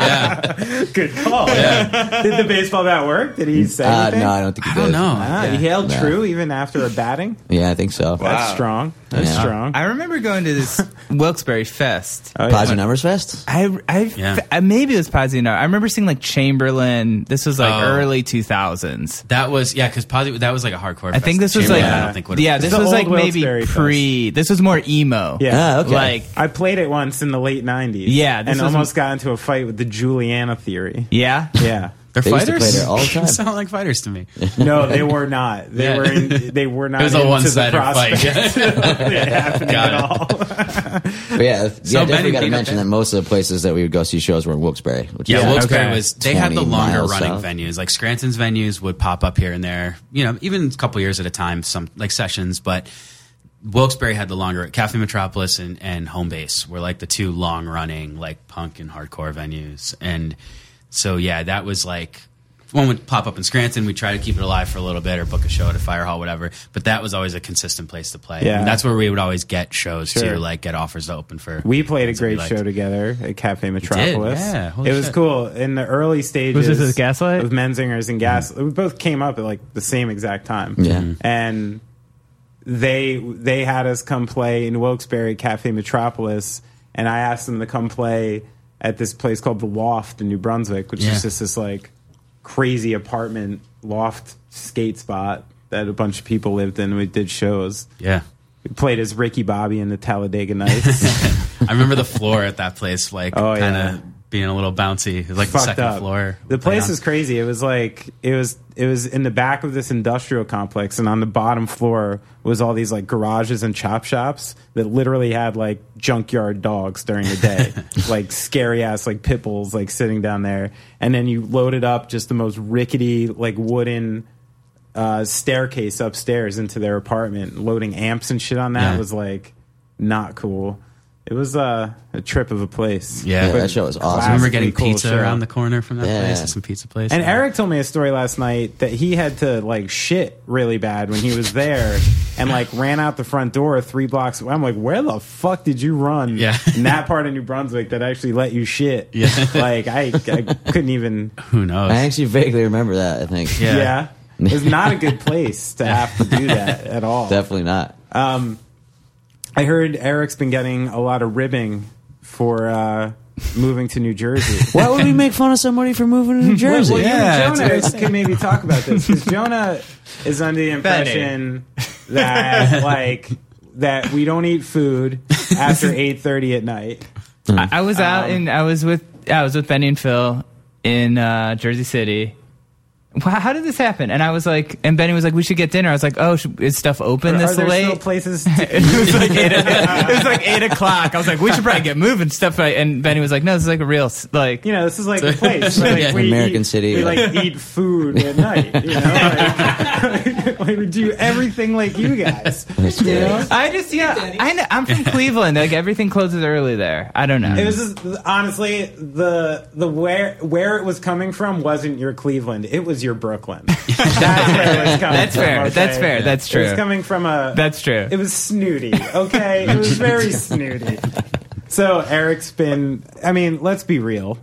yeah. good call. Oh. Did the baseball bat work? Did he say Uh, anything? no, I don't think he I don't did. know. Ah, Yeah. He held No. true even after a batting. Yeah, I think so. That's strong. That's Yeah. strong. I remember going to this Wilkes-Barre Fest. Oh, yeah. Positive numbers fest. I, I, Yeah. I- maybe it was Posse I remember seeing like Chamberlain. This was like Oh. early 2000s. That was yeah, because positive. That was like a hardcore. I think fest. this was like, Chamberlain, I yeah, don't think would It's this the was old like maybe Wilkes-Barre Fest. pre, this was more emo. Yeah. Ah, okay. Like, I played it once in the late '90s. Yeah, this and was- almost got into a fight with the Juliana theory. yeah. Yeah. they're They used to fighters. play there all the time. sound like fighters to me. It No, they were not. They Yeah. were. In, they were not. was a into one-sided the prospect. fight. It happened Got at it. all. But yeah, yeah, definitely many got to people mention think- that most of the places that we would go see shows were in Wilkes-Barre. Which Yeah, is Wilkes-Barre okay. was. They had the 20 longer miles running south. venues. Like Scranton's venues would pop up here and there. You know, even a couple years at a time. Some like sessions, but Wilkes-Barre had the longer. Cafe Metropolis and and Home Base were like the two long running like punk and hardcore venues. And so yeah, that was like. One would pop up in Scranton. We try to keep it alive for a little bit, or book a show at a fire hall, whatever. But that was always a consistent place to play. Yeah. And that's where we would always get shows Sure. to, like get offers to open for. We played a bands that we great liked. show together at Cafe Metropolis. yeah. Holy it was shit. cool. In the early stages, this at Gaslight? with Menzingers Mm. and Gas? We both came up at like the same exact time. Yeah. Mm-hmm. Mhm. and they they had us come play in Wilkes-Barre Cafe Metropolis, and I asked them to come play at this place called the Loft in New Brunswick, which Yeah. is just this like crazy apartment loft skate spot that a bunch of people lived in. We did shows. Yeah. We played as Ricky Bobby in the Talladega Nights. I remember the floor at that place, like Oh, kind yeah. of being a little bouncy. It was like the fucked second up. floor. The place Down. is crazy. It was like it was it was in the back of this industrial complex, and on the bottom floor was all these like garages and chop shops that literally had like junkyard dogs during the day, like scary ass like pit bulls like sitting down there, and then you loaded up just the most rickety like wooden. Uh, staircase upstairs into their apartment, loading amps and shit on that Yeah. was like not cool. It was uh, a trip of a place. Yeah. Yeah, that show was I awesome. remember That's getting pretty cool pizza show. around the corner from that Yeah. place, some pizza place. And Eric told me a story last night that he had to like shit really bad when he was there and like ran out the front door three blocks. I'm like, where the fuck did you run Yeah. in that part of New Brunswick that actually let you shit? Yeah. Like, I, I couldn't even. who knows? I actually vaguely remember that. I think. Yeah. Yeah. It's not a good place to have to do that at all. Definitely not. I heard Eric's been getting a lot of ribbing for uh, moving to New Jersey. Why would we make fun of somebody for moving to New Jersey? Well, Yeah, you and Jonah can maybe talk about this because Jonah is under the impression that like that we don't eat food after eight thirty at night. Hmm. I, I was out Um, in I was with I was with Benny and Phil in uh, Jersey City. Wow, how did this happen? And I was like, and Benny was like, we should get dinner. I was like, oh, sh- is stuff open Are this there late? still places? To- it was like eight. it was like eight o'clock. I was like, we should probably get moving stuff. right- And Benny was like, no, this is like a real s- like. you know, this is like a place. Where, like, Yeah. we American eat, city, We like- like eat food at night. You know, like, like, we do everything like you guys. That's You great. know? I just yeah. I know, I'm from Cleveland. Like everything closes early there. I don't know. It was just, honestly the the where where it was coming from wasn't your Cleveland. It was your Brooklyn. That's where it was coming That's from, fair. okay? That's fair. That's It was true. coming from a. That's true. It was snooty. Okay, it was very snooty. So Eric's been. I mean, let's be real.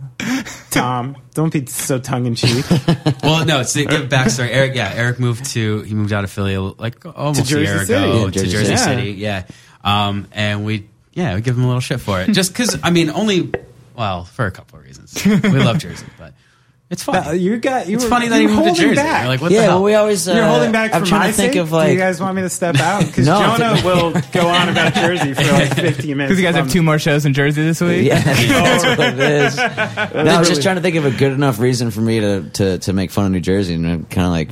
Tom, don't be so tongue in cheek. well, no, it's to give backstory. Eric, yeah, Eric moved to he moved out of Philly like almost To a Jersey year City. ago Yeah, to Jersey Jersey City. City. Yeah, um, and we yeah we give him a little shit for it just because I mean only well for a couple of reasons we love Jersey but it's Uh, funny. you got. You it's were, funny that he you were moved holding to Jersey. Back. You're like what the yeah, hell? well, we always. Uh, You're holding back I'm for trying my to think sake? of like. Do you guys want me to step out? Because No, I Jonah will go on about Jersey for like 15 minutes. Because you guys have Um, two more shows in Jersey this week. yeah, that's what it is. No, I'm just trying to think of a good enough reason for me to to, to make fun of New Jersey, and I'm kind of like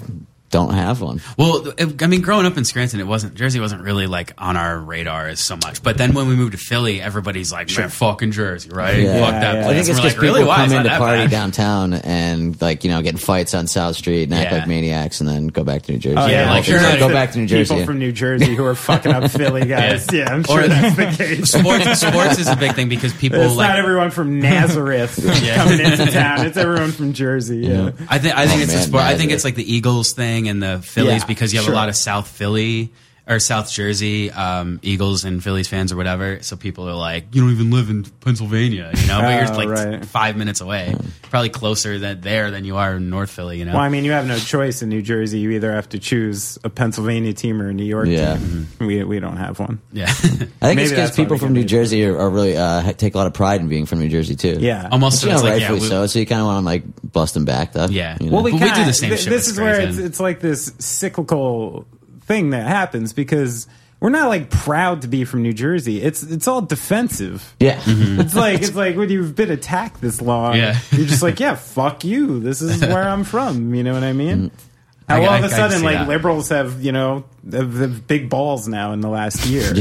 don't have one. Well, it- I mean, growing up in Scranton, it wasn't Jersey wasn't really like on our radar as so much. But then when we moved to Philly, everybody's like, "Man, fucking Jersey, right? Yeah. Fuck that Yeah, place." yeah. I think And it's we're because like, really? people Why? come It's in not to that party bad. downtown and like you know get in fights on South Street and act Yeah. like maniacs, and then go back to New Jersey. Oh, Yeah, like, Just, you're like, not- go back to New Jersey. People from New Jersey who are fucking up Philly guys. Yeah, Yeah. I'm sure Or- that's the case. Sports, sports is a big thing because people It's like. not everyone from Nazareth coming into town. It's everyone from Jersey. Yeah. I think I think Oh, it's man, the sport. I neither. think it's like the Eagles thing and the Phillies Yeah, because you have sure. a lot of South Philly or South Jersey um, Eagles and Phillies fans or whatever. So people are like, you don't even live in Pennsylvania, you know, but Oh, you're like right. five minutes away, probably closer that there than you are in North Philly, you know. Well, I mean, you have no choice in New Jersey. You either have to choose a Pennsylvania team or a New York Yeah. team. Mm-hmm. We we don't have one. yeah, I think Maybe it's because that's why people we from can New do Jersey are, are really uh, ha- take a lot of pride in being from New Jersey too. Yeah. almost. But, you it's know, like, yeah, rightfully we- so. So you kind of want to like bust them back, though. Yeah. you Well, know? we- do kinda- the same th- shit This with is where Scranton. it's, it's like this cyclical thing that happens because we're not like proud to be from New Jersey. It's it's all defensive. yeah. It's like it's like when you've been attacked this long, Mm. Yeah. you're just like, yeah, fuck you. This is where I'm from. You know what I mean? How Mm. I- all I- of I a can sudden, see like that. liberals have you know the, the big balls now in the last year.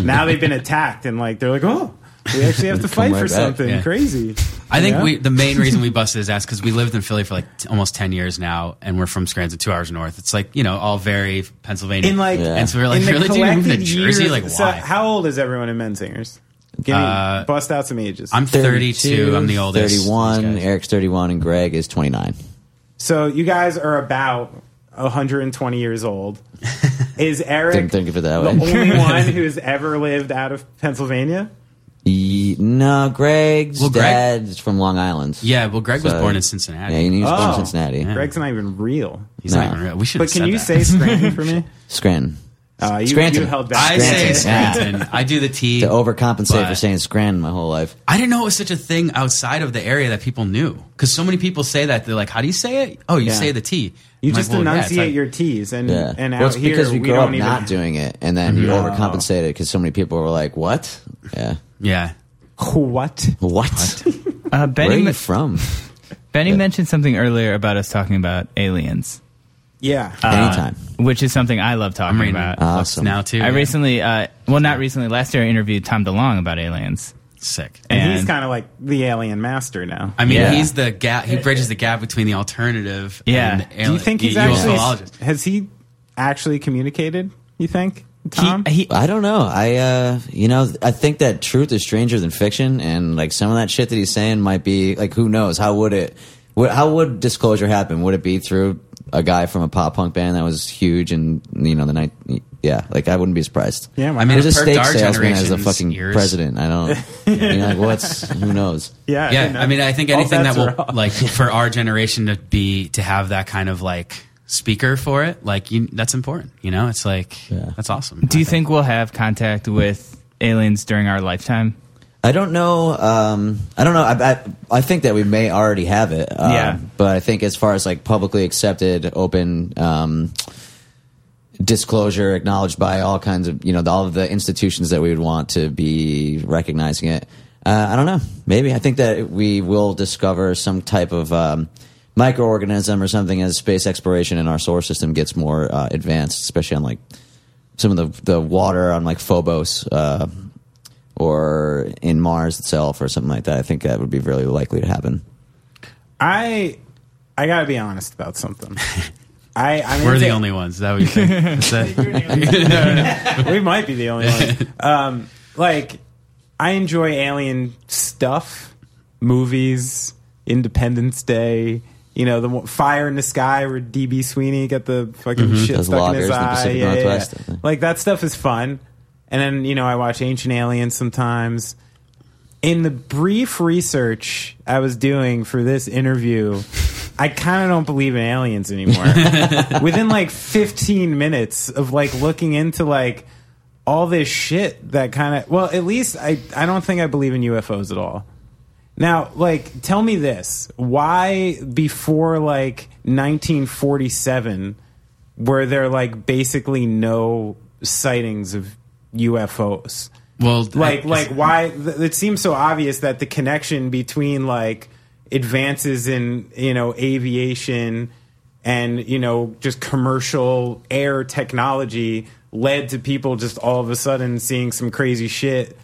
now they've been attacked and like they're like, oh, we actually have to fight right for back, something yeah. crazy. I think Yeah. we the main reason we busted his ass because we lived in Philly for like t- almost ten years now, and we're from Scranton, two hours north. It's like you know, all very Pennsylvania. in like Yeah. and so we're like, in the really, dude, you moved to collected Jersey? years- like, why? so how old is everyone in Men Singers? Give me Uh, bust out some ages. I'm 32, I'm the oldest. Thirty-one. These guys. Eric's thirty-one, and Greg is twenty-nine. so you guys are about 120 years old. Is Eric Didn't think of it that the way. only one who's ever lived out of Pennsylvania? Ye- no, Greg's Well, Greg- dad is from Long Island. Yeah, well, Greg was So- born in Cincinnati. Yeah, he was born Oh. in Cincinnati. Greg's not even real. He's not No. even real. We should. But can you say that. Scranton for me? Scranton. Uh, you, Scranton. you held back. I say Scranton, yeah. Scranton. I do the T. To overcompensate for But- saying Scranton my whole life. I didn't know it was such a thing outside of the area that people knew because so many people say that they're like, "How do you say it? Oh, you Yeah. say the T." you I'm like, just well, yeah, it's enunciate like- your T's, and Yeah. and out well, it's here because we we grew don't up even not doing it, and then you overcompensate it because so many people were like, "What? Yeah, Yeah, what what? Uh, Where are Benny, you men- from? Benny mentioned something earlier about us talking about aliens, yeah Anytime. which is something I love talking I'm reading about. Uh, books Awesome. Uh, now too. I Yeah. recently, uh, well, not recently. Last year, I interviewed Tom DeLong about aliens. sick. and he's And- kind of like the alien master now I mean, Yeah. he's the gap. He bridges the gap between the alternative. Yeah. and the Do Do you alien- think he's u- actually ufologist. has he actually communicated? You think He, Tom? he, I don't know. I uh, you know, I think that truth is stranger than fiction, and like some of that shit that he's saying might be like, who knows? How would it? What, how would disclosure happen? Would it be through a guy from a pop punk band that was huge and you know the night? Yeah, like I wouldn't be surprised. yeah, I mean, There's a it perked steak our salesman as the generation's fucking ears. president. I don't. you know, like, what's who knows? yeah, yeah i mean i think All anything that bets are will off. like for our generation to be to have that kind of like speaker for it like you that's important you know it's like that's awesome do you think we'll have contact with aliens during our lifetime? I don't know. Um, I don't know. I, I, I think that we may already have it. Um, Yeah. But I think as far as like publicly accepted, open um, disclosure, acknowledged by all kinds of you know all of the institutions that we would want to be recognizing it. Uh, I don't know. Maybe I think that we will discover some type of um, microorganism or something as space exploration in our solar system gets more uh, advanced, especially on like some of the the water on like Phobos. Uh, or in Mars itself or something like that. I think that would be really likely to happen. I I gotta be honest about something. I, I mean, we're the it's- only ones is that what you think Is that- we might be the only ones. Um, like, I enjoy alien stuff, movies, Independence Day. You know, the mo- fire in the sky where DB Sweeney got the fucking shit Mm-hmm. Those stuck in his loggers in the eye. Pacific Yeah, yeah, Northwest. yeah. Like that stuff is fun. And then you know, I watch Ancient Aliens sometimes. In the brief research I was doing for this interview, I kind of don't believe in aliens anymore. Within like 15 minutes of like looking into like all this shit that kind of well, at least I I don't think I believe in UFOs at all. Now, like, tell me this: Why before like 1947 were there like basically no sightings of UFOs? well Like, I- like why? Th- it seems so obvious that the connection between like advances in you know aviation and you know just commercial air technology led to people just all of a sudden seeing some crazy shit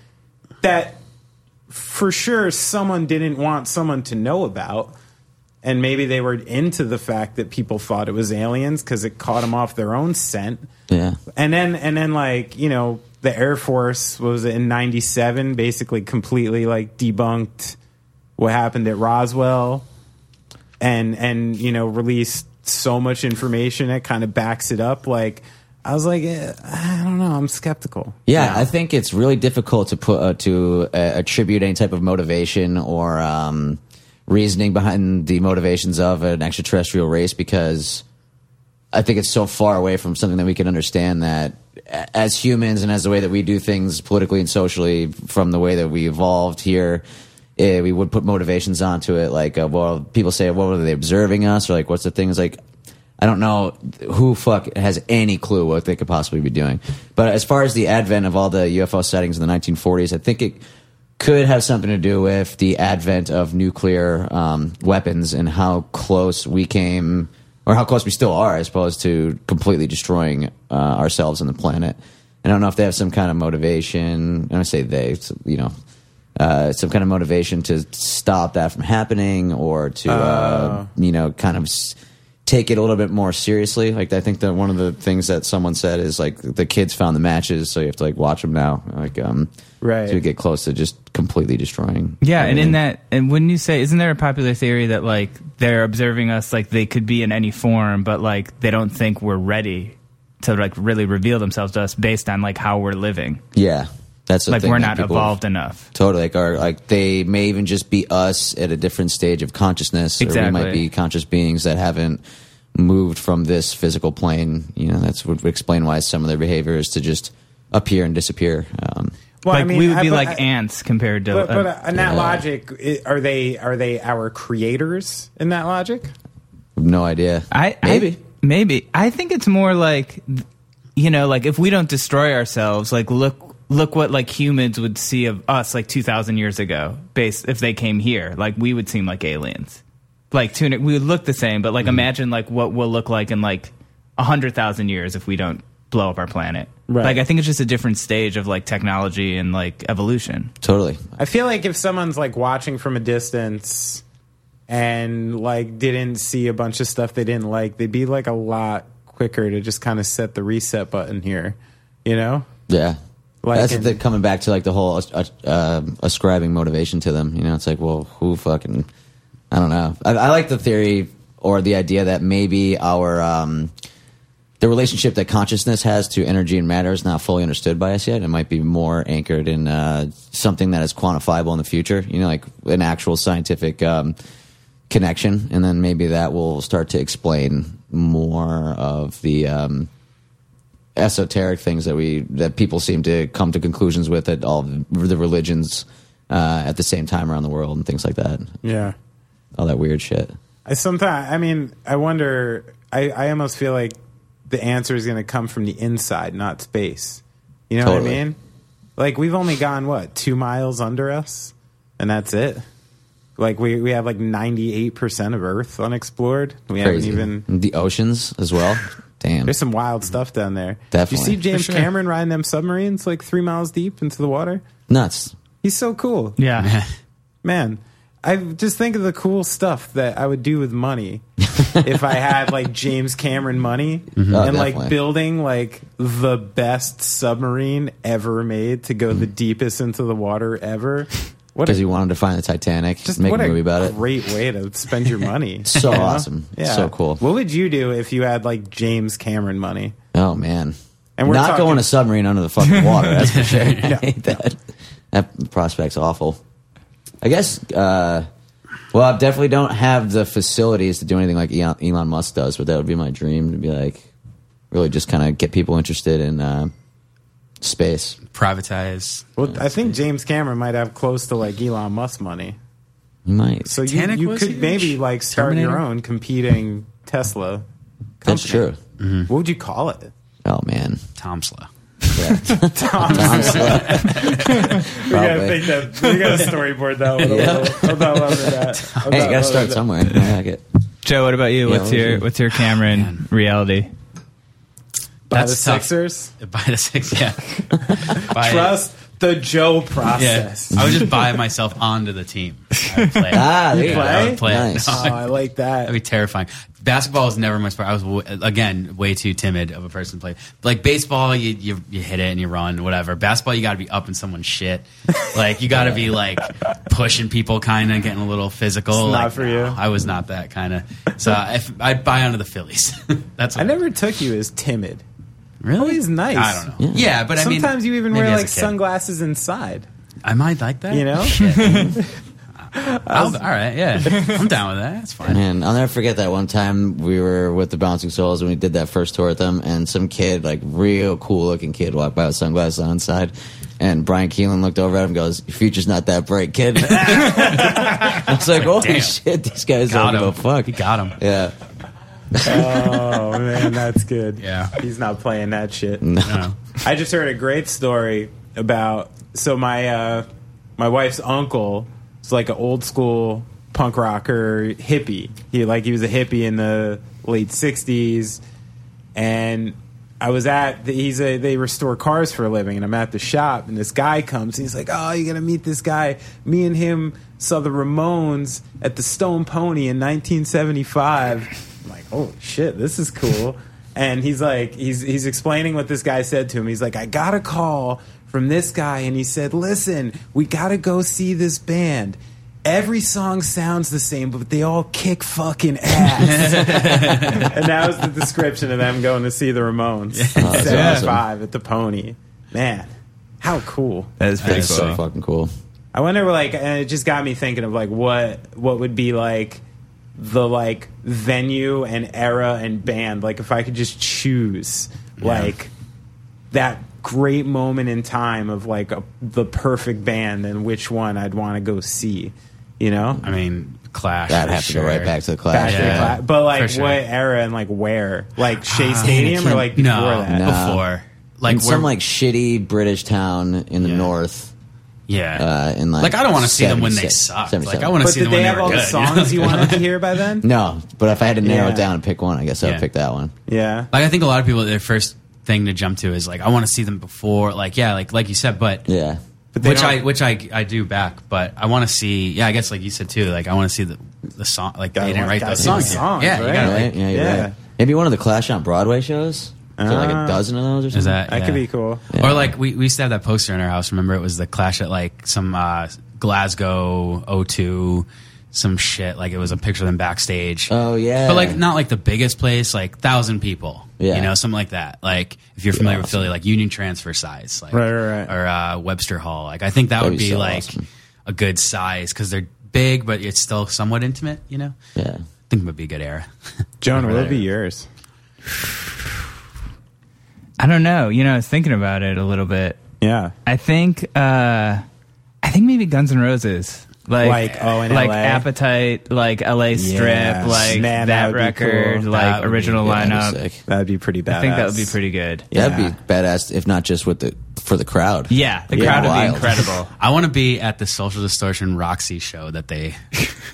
that for sure someone didn't want someone to know about and maybe they were into the fact that people thought it was aliens because it caught them off their own scent Yeah. and then and then like you know the air force what was it, in 97 basically completely like debunked what happened at roswell and and you know released so much information that kind of backs it up like i was like eh, i don't I'm skeptical. Yeah, I think it's really difficult to put uh, to uh, attribute any type of motivation or um, reasoning behind the motivations of an extraterrestrial race because I think it's so far away from something that we can understand that a- as humans and as the way that we do things politically and socially, from the way that we evolved here, eh, we would put motivations onto it. Like, uh, well, people say, well, are they observing us? Or like, what's the thing? It's like, I don't know who fuck has any clue what they could possibly be doing. But as far as the advent of all the UFO sightings in the 1940s, I think it could have something to do with the advent of nuclear um, weapons and how close we came, or how close we still are, I suppose, to completely destroying uh, ourselves and the planet. And I don't know if they have some kind of motivation. And I say they, it's, you know, uh, some kind of motivation to stop that from happening or to, uh, you know, kind of s- take it a little bit more seriously. Like, I think that one of the things that someone said is like the kids found the matches, so you have to like watch them now. Like, um, Right. To get close to just completely destroying. Yeah, and in everything. that, and wouldn't you say, isn't there a popular theory that like they're observing us, like they could be in any form, but like they don't think we're ready to like really reveal themselves to us based on like how we're living, Yeah. That's the like thing we're that not people- evolved enough. Totally, like, or like they may even just be us at a different stage of consciousness, or we might Exactly. be conscious beings that haven't moved from this physical plane. You know, that's what would explain why some of their behavior is to just appear and disappear. Um, Well, like we would be but like I- ants compared to. But, but uh, uh, in that logic, i- are they are they our creators in that logic? no idea. I maybe. I, maybe I think it's more like you know like if we don't destroy ourselves like look look what like humans would see of us like 2000 years ago based if they came here like we would seem like aliens like tuna we would look the same but like Mm-hmm. imagine like what we'll look like in like 100,000 years if we don't blow up our planet Right. like I think it's just a different stage of like technology and like evolution totally. I feel like if someone's like watching from a distance and like didn't see a bunch of stuff they didn't like, they'd be like a lot quicker to just kind of set the reset button here, you know? Yeah. Like That's in- the, coming back to like the whole uh, uh, ascribing motivation to them. You know, it's like, well, who fucking? I don't know. I, I like the theory or the idea that maybe our um, the relationship that consciousness has to energy and matter is not fully understood by us yet. It might be more anchored in uh, something that is quantifiable in the future. You know, like an actual scientific um, connection, and then maybe that will start to explain more of the. Um, esoteric things that we that people seem to come to conclusions with at all the religions uh, at the same time around the world and things like that. Yeah. All that weird shit. I sometimes, I mean, I wonder, I, I almost feel like the answer is going to come from the inside, not space. You know what Totally. I mean? Like, we've only gone, what, two miles under us? And that's it. Like, we, we have like 98% of Earth unexplored. We Crazy. haven't even. the oceans as well. Damn. There's some wild stuff down there. You Definitely. see James For sure. Cameron riding them submarines like three miles deep into the water? Nuts. He's so cool. yeah Man, I just think of the cool stuff that I would do with money if I had like James Cameron money Oh, and definitely. like building like the best submarine ever made to go the Mm. deepest into the water ever. What Because a, he wanted to find the Titanic. just make a what a movie about it. great way to spend your money. So you know? awesome. So cool. What would you do if you had like James Cameron money? Oh man. And And we're we're not talking- going a submarine under the fucking water. That's for sure. I hate that. That prospect's awful. I guess. Uh, well, I definitely don't have the facilities to do anything like Elon, Elon Musk does, but that would be my dream to be like, really just kind of get people interested in uh, space. Privatize. Well, I think James Cameron might have close to like Elon Musk money. You might. So you, Titanic you was could huge. maybe like start your Terminator. own competing Tesla. That's company. true. Hmm. What would you call it? Oh man. Tomsla. Yeah. Tom Slut. Probably. that. We gotta storyboard that one. I'm not loving that. I'm Hey, not you gotta loving start that. somewhere. I like it. Joe what about you what's what your was Oh, it? what's your Cameron reality By the That's tough. Sixers. Buy the six. Yeah. Buy it. Trust the Joe Yeah. process. I would just buy myself onto the team. I would play. Ah, there you Yeah, I go. would play. Nice. No, Oh, I like that. That'd be terrifying. Basketball is never my sport. I was w- again way too timid of a person to play. Like baseball, you you, you hit it and you run, whatever. Basketball, you got to be up in someone's shit. Like you got to be like pushing people, kind of getting a little physical. It's not Like, for no, you. I was not that kind of. So if I'd buy onto the Phillies. That's I what never took you as timid. Really? Always nice. I don't know. Yeah, but I mean, Sometimes you even maybe wear as like a kid. sunglasses inside. I might like that. You know? Shit. I'll- all right. Yeah, I'm down with that. That's fine. Man, I'll never forget that one time we were with the Bouncing Souls and we did that first tour with them, and some kid, like real cool looking kid, walked by with sunglasses on inside, and Brian Keelan looked over at him and goes, "Your future's not that bright, kid." I was like, "Holy damn. shit, these guys Got don't him. give a fuck." He got him. Yeah, Oh man, that's good. Yeah. He's not playing that shit. No. I just heard a great story about so my uh, my wife's uncle is like an old school punk rocker hippie. He like he was a hippie in the late sixties, and I was at the, he's a they restore cars for a living, and I'm at the shop, and this guy comes, and he's like, "Oh, you gotta meet this guy." Me and him saw the Ramones at the Stone Pony in 1975. I'm like, "Oh shit, this is cool." And he's like, he's he's explaining what this guy said to him. He's like, "I got a call from this guy, and he said, listen, we gotta go see this band." Every song sounds the same, but they all kick fucking ass. and that was the description of them going to see the Ramones. Oh, that's Seventy-five awesome. at the Pony. Man, how cool! That is pretty that's so cool. fucking cool. I wonder, like, and it just got me thinking of like what what would be like the like venue and era and band. Like, if I could just choose, like that great moment in time of like a, the perfect band and which one I'd want to go see. You know, I mean, Clash. I'd for have to sure. go right back to the Back class. to Yeah. the cla- but for like sure. what era and like where? Like Shea Ah, Stadium or like before no, that? No. Before. Like in some we're- like shitty British town in the Yeah. north. yeah. uh, in, like, I don't want to see them when they 76, suck. Like 77. I want to But see did them they when have were all good. the songs you wanted to hear by then? No, but if I had to narrow Yeah. it down and pick one, I guess I would Yeah. pick that one. Yeah. Like I think a lot of people, their first thing to jump to is like, I want to see them before. Like yeah, like like you said, but Yeah. they which don't- I which I I do back, but I want to see. Yeah, I guess like you said too. Like I want to see the the song. Like Gotta they didn't want- write gotta see those the songs. yet. songs, yeah, you right? gotta, Right? like, yeah, you're yeah. right. Maybe one of the Clash on Broadway shows. Is there like Ah. a dozen of those or something? is that That uh, yeah. could be cool. Or like we, we used to have that poster in our house. Remember, it was the Clash at like some uh, Glasgow 02, some shit. Like it was a picture of them backstage. Oh, yeah. but like not like the biggest place, like thousand people. Yeah. you know something like that. Like if you're familiar with Philly, like Union Transfer size, like Right, right, right. or uh, Webster Hall. Like I think that That'd would be be so like awesome. a good size because they're big, but it's still somewhat intimate. You know, I Yeah. think it would be a good era. Joan, what would be yours? I don't know. You know, I was thinking about it a little bit. Yeah. I think uh I think maybe Guns N' Roses. Like, Like, oh, in like LA? Appetite, like LA Strip, Yeah. like Man, that that would be record, cool. like That would be- original Yeah, lineup. that'd be sick. That'd be pretty badass. I think that would be pretty good. Yeah, That'd be badass, if not just with the for the crowd. the Yeah, crowd would wild. be incredible. I want to be at the Social Distortion Roxy show that they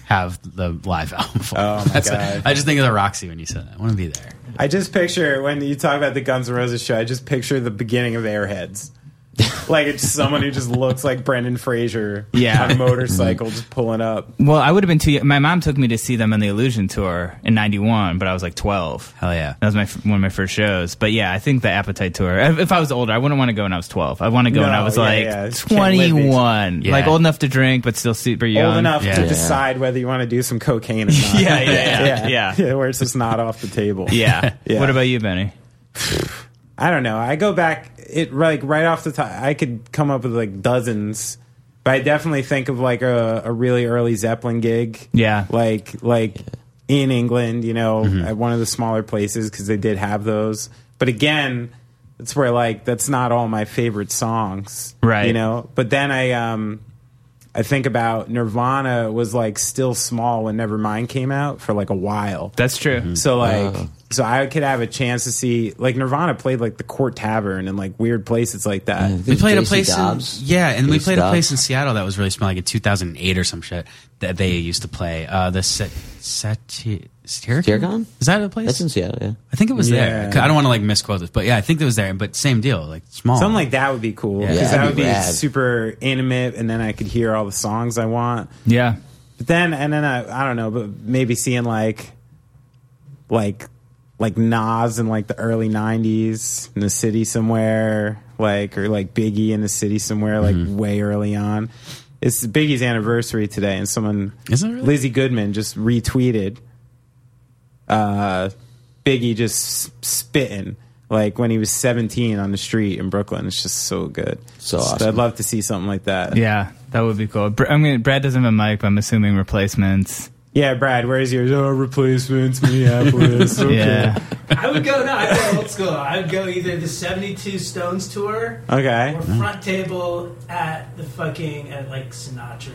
have the live album for. Oh, my That's God. I just think of the Roxy when you said that. I want to be there. I just picture when you talk about the Guns N' Roses show. I just picture the beginning of Airheads. like it's someone who just looks like Brendan Fraser, Yeah. on a motorcycle, just pulling up. Well, I would have been too. My mom took me to see them on the Illusion tour in '91, but I was like 12. Hell yeah. That was my f- one of my first shows. But yeah, I think the Appetite tour. If, if I was older, I wouldn't want to go when I was 12. I want to go when No, I was yeah, like yeah. You can't live these- 21, Yeah. like old enough to drink but still super young. Old enough Yeah. to Yeah. decide whether you want to do some cocaine or not. Yeah, yeah, yeah, yeah. Where it's just not off the table. Yeah. Yeah. What about you, Benny? I don't know. I go back it like right off the top. I could come up with like dozens, but I definitely think of like a, a really early Zeppelin gig. Yeah. Mm-hmm. like like in England, you know, at one of the smaller places because they did have those. But again, it's where like that's not all my favorite songs, Right. You know. But then I um I think about Nirvana was like still small when Nevermind came out for like a while. That's true. So like, so I could have a chance to see like Nirvana played like the Court Tavern and like weird places like that. Yeah. We played a JC place, in, Dobbs. yeah, and we Jason played a place Dobbs. in Seattle that was really small, like in 2008 or some shit that they used to play. Uh, the set, set, Tyrcon? Is that a place? That's in Seattle, yeah. I think it was there. Yeah. 'Cause I don't want to like misquote this, but yeah, I think it was there. But same deal, like small. Something like that would be cool Yeah. because Yeah, that that'd would be be rad. super intimate, and then I could hear all the songs I want. Yeah. But then, and then uh, I, I don't know, but maybe seeing like, like, like Nas in like the early '90s in the city somewhere, like or like Biggie in the city somewhere, like Mm-hmm. way early on. It's Biggie's anniversary today, and someone Is it really? Lizzie Goodman just retweeted uh, Biggie just s- spitting. like when he was 17 on the street in Brooklyn. It's just so good. So Just- awesome. I'd love to see something like that. Yeah, that would be cool. Br- I mean, Brad doesn't have a mic, but I'm assuming replacements. Yeah, Brad, where's yours? Oh, replacements, Minneapolis. Okay. Yeah, I would go. No, I'd go old school. I would go either the '72 Stones tour Okay. or front table at the fucking at like Sinatra.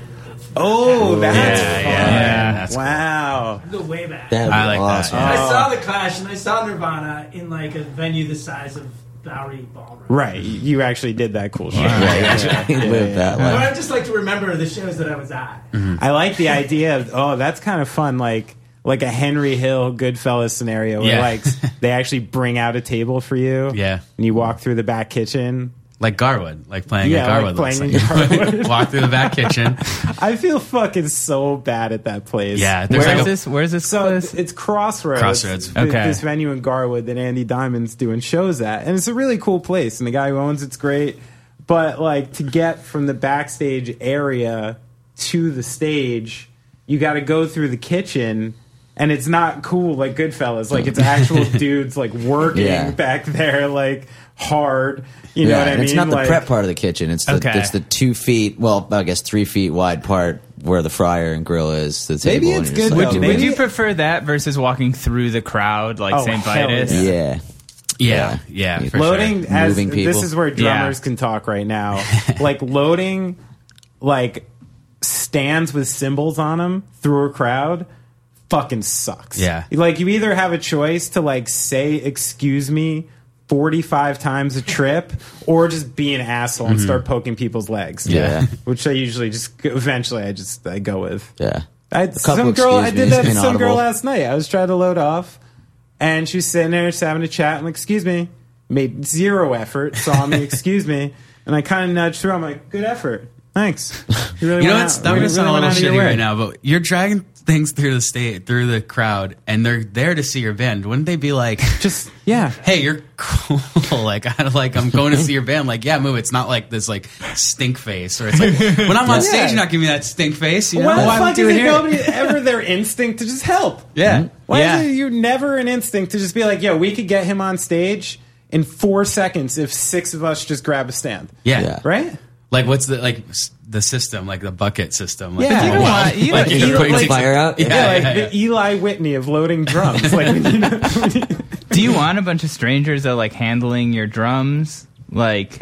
Oh, that's yeah, fun. yeah, that's cool. wow. I'd go way back. That'd be I like that, awesome. yeah. I saw the Clash and I saw Nirvana in like a venue the size of Bowery Ballroom. Right. You actually did that cool shit. He lived that But life. I just like to remember the shows that I was at. I like the idea of oh, that's kind of fun, like like a Henry Hill Goodfellas scenario where Yeah. like they actually bring out a table for you. Yeah. And you walk through the back kitchen. Like Garwood, like playing Yeah, at like Garwood. looks playing like. at Garwood. Walk through the back kitchen. I feel fucking so bad at that place. Yeah, there's where's like a, this? Where's this? So place? it's, it's Crossroads. Crossroads. th- Okay. This venue in Garwood that Andy Diamond's doing shows at. And it's a really cool place. And the guy who owns it's great. But like to get from the backstage area to the stage, you got to go through the kitchen. And it's not cool like Goodfellas. Like it's actual dudes like working Yeah. back there like hard. You know yeah, what I and mean? it's not the Like- prep part of the kitchen. It's the Okay. it's the two feet, well, I guess three feet wide part where the fryer and grill is. The table. Maybe and it's you're just good, like, "Oh, though. dude, Would Maybe- you prefer that versus walking through the crowd like Oh, St. hell Vitus? yeah. yeah, yeah, yeah, Yeah. for loading sure. as Moving people. this is where drummers Yeah. can talk right now like loading like stands with symbols on them through a crowd fucking sucks Yeah. like you either have a choice to like say excuse me 45 times a trip or just be an asshole and start poking people's legs Yeah. which i usually just eventually i just i go with yeah. I, couple some girl, I did excuse me's that to some girl inaudible. last night. I was trying to load off, and she was sitting there, just having a chat. I'm like, "Excuse me," made zero effort. Saw me, "Excuse me," and I kind of nudged through. I'm like, "Good effort, thanks." You, really You know went what's out- I'm really- gonna sound a really little went out of your shitty way. right now, but you're dragging things through the state through the crowd, and they're there to see your band. Wouldn't they be like, Just yeah, "Hey, you're cool. like, I like I'm going to see your band. Like, yeah, move. It's not like this like stink face, or it's like when I'm on stage, you're not giving me that stink face. You know? why the Why would fuck you is do it here? nobody ever their instinct to just help? Yeah, Why yeah. is it you never an instinct to just be like, "Yo, we could get him on stage in four seconds if six of us just grab a stand." yeah, Yeah. Right? Like, what's the like s- the system? Like the bucket system? Like, Yeah. But you don't want- you Like, don't- you're you- putting like- six- Fire out? Yeah, Yeah, like yeah, yeah. the Eli Whitney of loading drums. Like when you Do you want a bunch of strangers that like handling your drums? Like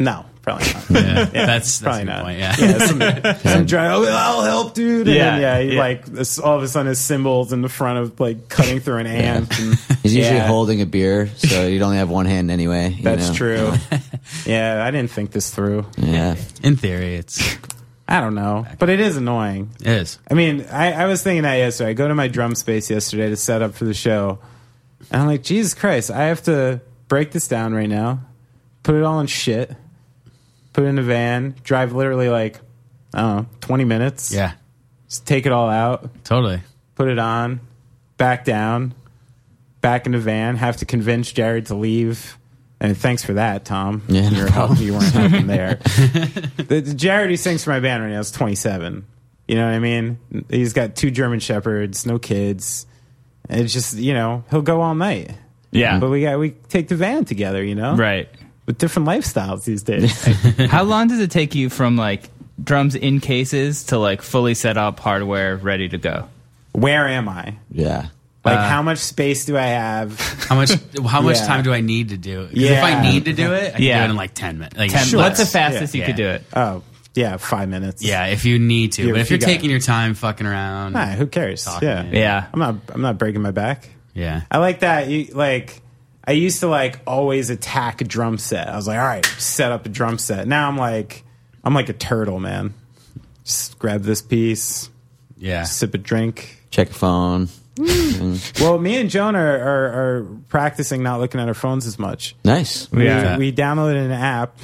No, probably not. Yeah, that's, that's probably a good not. point. Yeah. Some dry, oh, I'll help, dude. And Yeah, then, yeah, he, yeah. like this- all of a sudden his symbols in the front of like cutting through an amp. And, He's usually Yeah. holding a beer, so you'd only have one hand anyway. you That's know? true. yeah, I didn't think this through. Yeah, In theory, it's I don't know, but it is annoying. it is. I mean, I, I was thinking that yesterday. I go to my drum space yesterday to set up for the show, and I'm like, Jesus Christ, I have to break this down right now, put it all in shit, put it in a van, drive literally like I don't know, 20 minutes. Yeah, just take it all out, totally. put it on, back down, back in the van, have to convince Jared to leave. And thanks for that, Tom. Yeah, no Your help, you weren't helping there. the, the Jared who sings for my band right now is 27. You know what I mean? He's got two German shepherds, no kids. And it's just, you know, he'll go all night. Yeah. But we got we take the van together, you know? right. With different lifestyles these days. How long does it take you from like drums in cases to like fully set up hardware ready to go? Where am I? yeah. Like how much space do I have? How much? How much Yeah. time do I need to do? it? 'Cause If Yeah. I need to do it, I can Yeah. do it in like ten minutes. Like, Ten, sure. What's the fastest Yeah. you could do it? Oh, yeah, five minutes. Yeah, if you need to, Yeah, but if if you you're got it. taking your time, fucking around, Nah, Ah, who cares? Talking, yeah. yeah. Yeah. I'm not I'm not breaking my back. yeah, I like that you like I used to like always attack a drum set. I was like, all right, set up a drum set. Now I'm like I'm like a turtle, man. Just grab this piece, yeah, sip a drink. Check a phone. Well, me and Joan are, are, are practicing not looking at our phones as much. Nice. We- Yeah. We, downloaded an app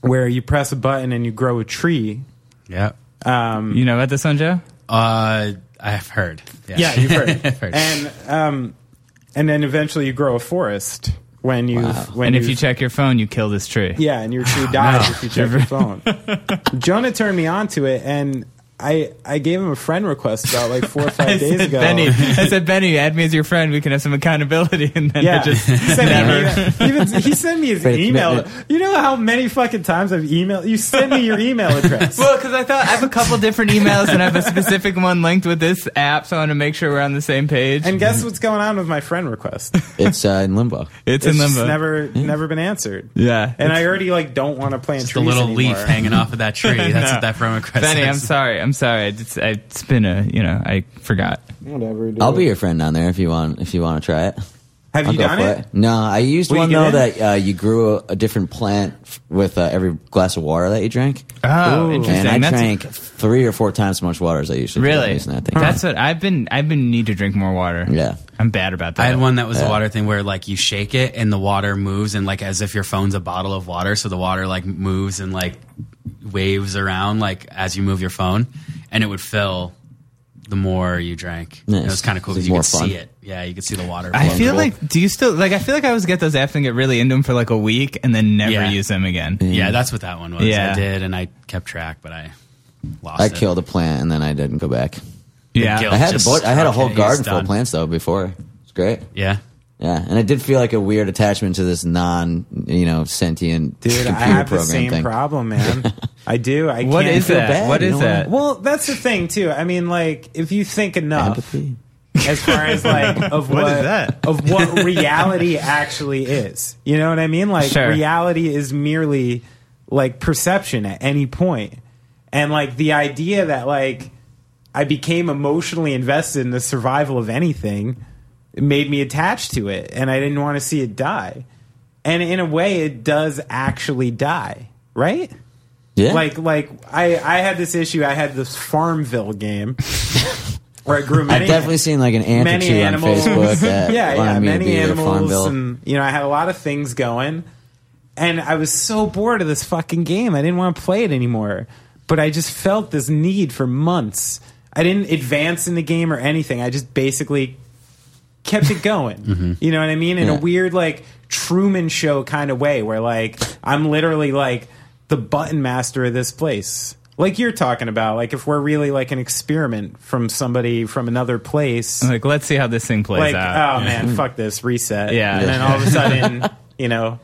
where you press a button and you grow a tree. yeah. You know about this one, Joe? Uh, I've heard. Yeah, Yeah, you've heard. I've heard. And um, and then eventually you grow a forest when you when and if you you've- check your phone, you kill this tree. Yeah, and your tree dies if you check your phone. Jonah turned me on to it, and I I gave him a friend request about like four or I five days said, ago. Benny, I said, Benny, add me as your friend. We can have some accountability. And then Yeah, I just he, sent never. Me, an email- even, he sent me his But it's- email. but- You know how many fucking times I've emailed? You send me your email address. Well, because I thought I have a couple different emails and I have a specific one linked with this app, so I want to make sure we're on the same page. and guess what's going on with my friend request? It's uh, in limbo. it's, It's in just limbo. never never been answered. yeah. And I already like don't want to plant Just a trees little leaf anymore. hanging off of that tree. That's what that friend request Benny, I'm is. sorry. I'm sorry. It's, I- it's been a, you know, I forgot. Whatever. dude. I'll be your friend on there if you want. If you want to try it. Have I'll you go done for it? No, I used Will you one get though in? that uh, you grew a, a different plant f- with uh, every glass of water that you drank. Oh, And interesting. I That's- drank three or four times as much water as I usually do, at Really? least, and I think That's what I've been. I've been need to drink more water. Yeah. I'm bad about that. I had one that was the water thing where like you shake it and the water moves and like as if your phone's a bottle of water, so the water like moves and like waves around like as you move your phone, and it would fill the more you drank. Nice. It was kind of cool This is because you more could fun. see it. Yeah, you could see the water. I flow. feel like. Do you still like? I feel like I always get those apps and get really into them for like a week and then never Yeah. use them again. yeah, that's what that one was. Yeah. I did, and I kept track, but I lost. I it. killed a plant and then I didn't go back. Yeah. guilt. I had a Just bo- I had a okay, whole he's garden full of done. plants though before. It's great. Yeah, Yeah, and I did feel like a weird attachment to this non, you know, sentient Dude, I computer have the program same thing. problem, man. I do. I What can't is feel that? bad, What you is know? that? Well, that's the thing too. I mean, like if you think Ah. enough, Empathy. as far as like of what, What is that? of what reality actually is. You know what I mean? Like Sure. reality is merely like perception at any point. And like the idea that like I became emotionally invested in the survival of anything made me attached to it and I didn't want to see it die. And in a way it does actually die, right? Yeah, Like like I I had this issue. I had this Farmville game where I grew many I've definitely seen like an ant or many two on animals. Facebook that yeah, wanted yeah, me to many be their farm animals, bill. and you know, I had a lot of things going, and I was so bored of this fucking game. I didn't want to play it anymore, but I just felt this need for months. I didn't advance in the game or anything. I just basically kept it going. You know what I mean? In a Mm-hmm. Yeah. weird like Truman Show kind of way, where like I'm literally like the button master of this place. Like you're talking about, like if we're really like an experiment from somebody from another place, I'm like, let's see how this thing plays like, out. oh man, fuck this reset. Yeah. and then all of a sudden, you know,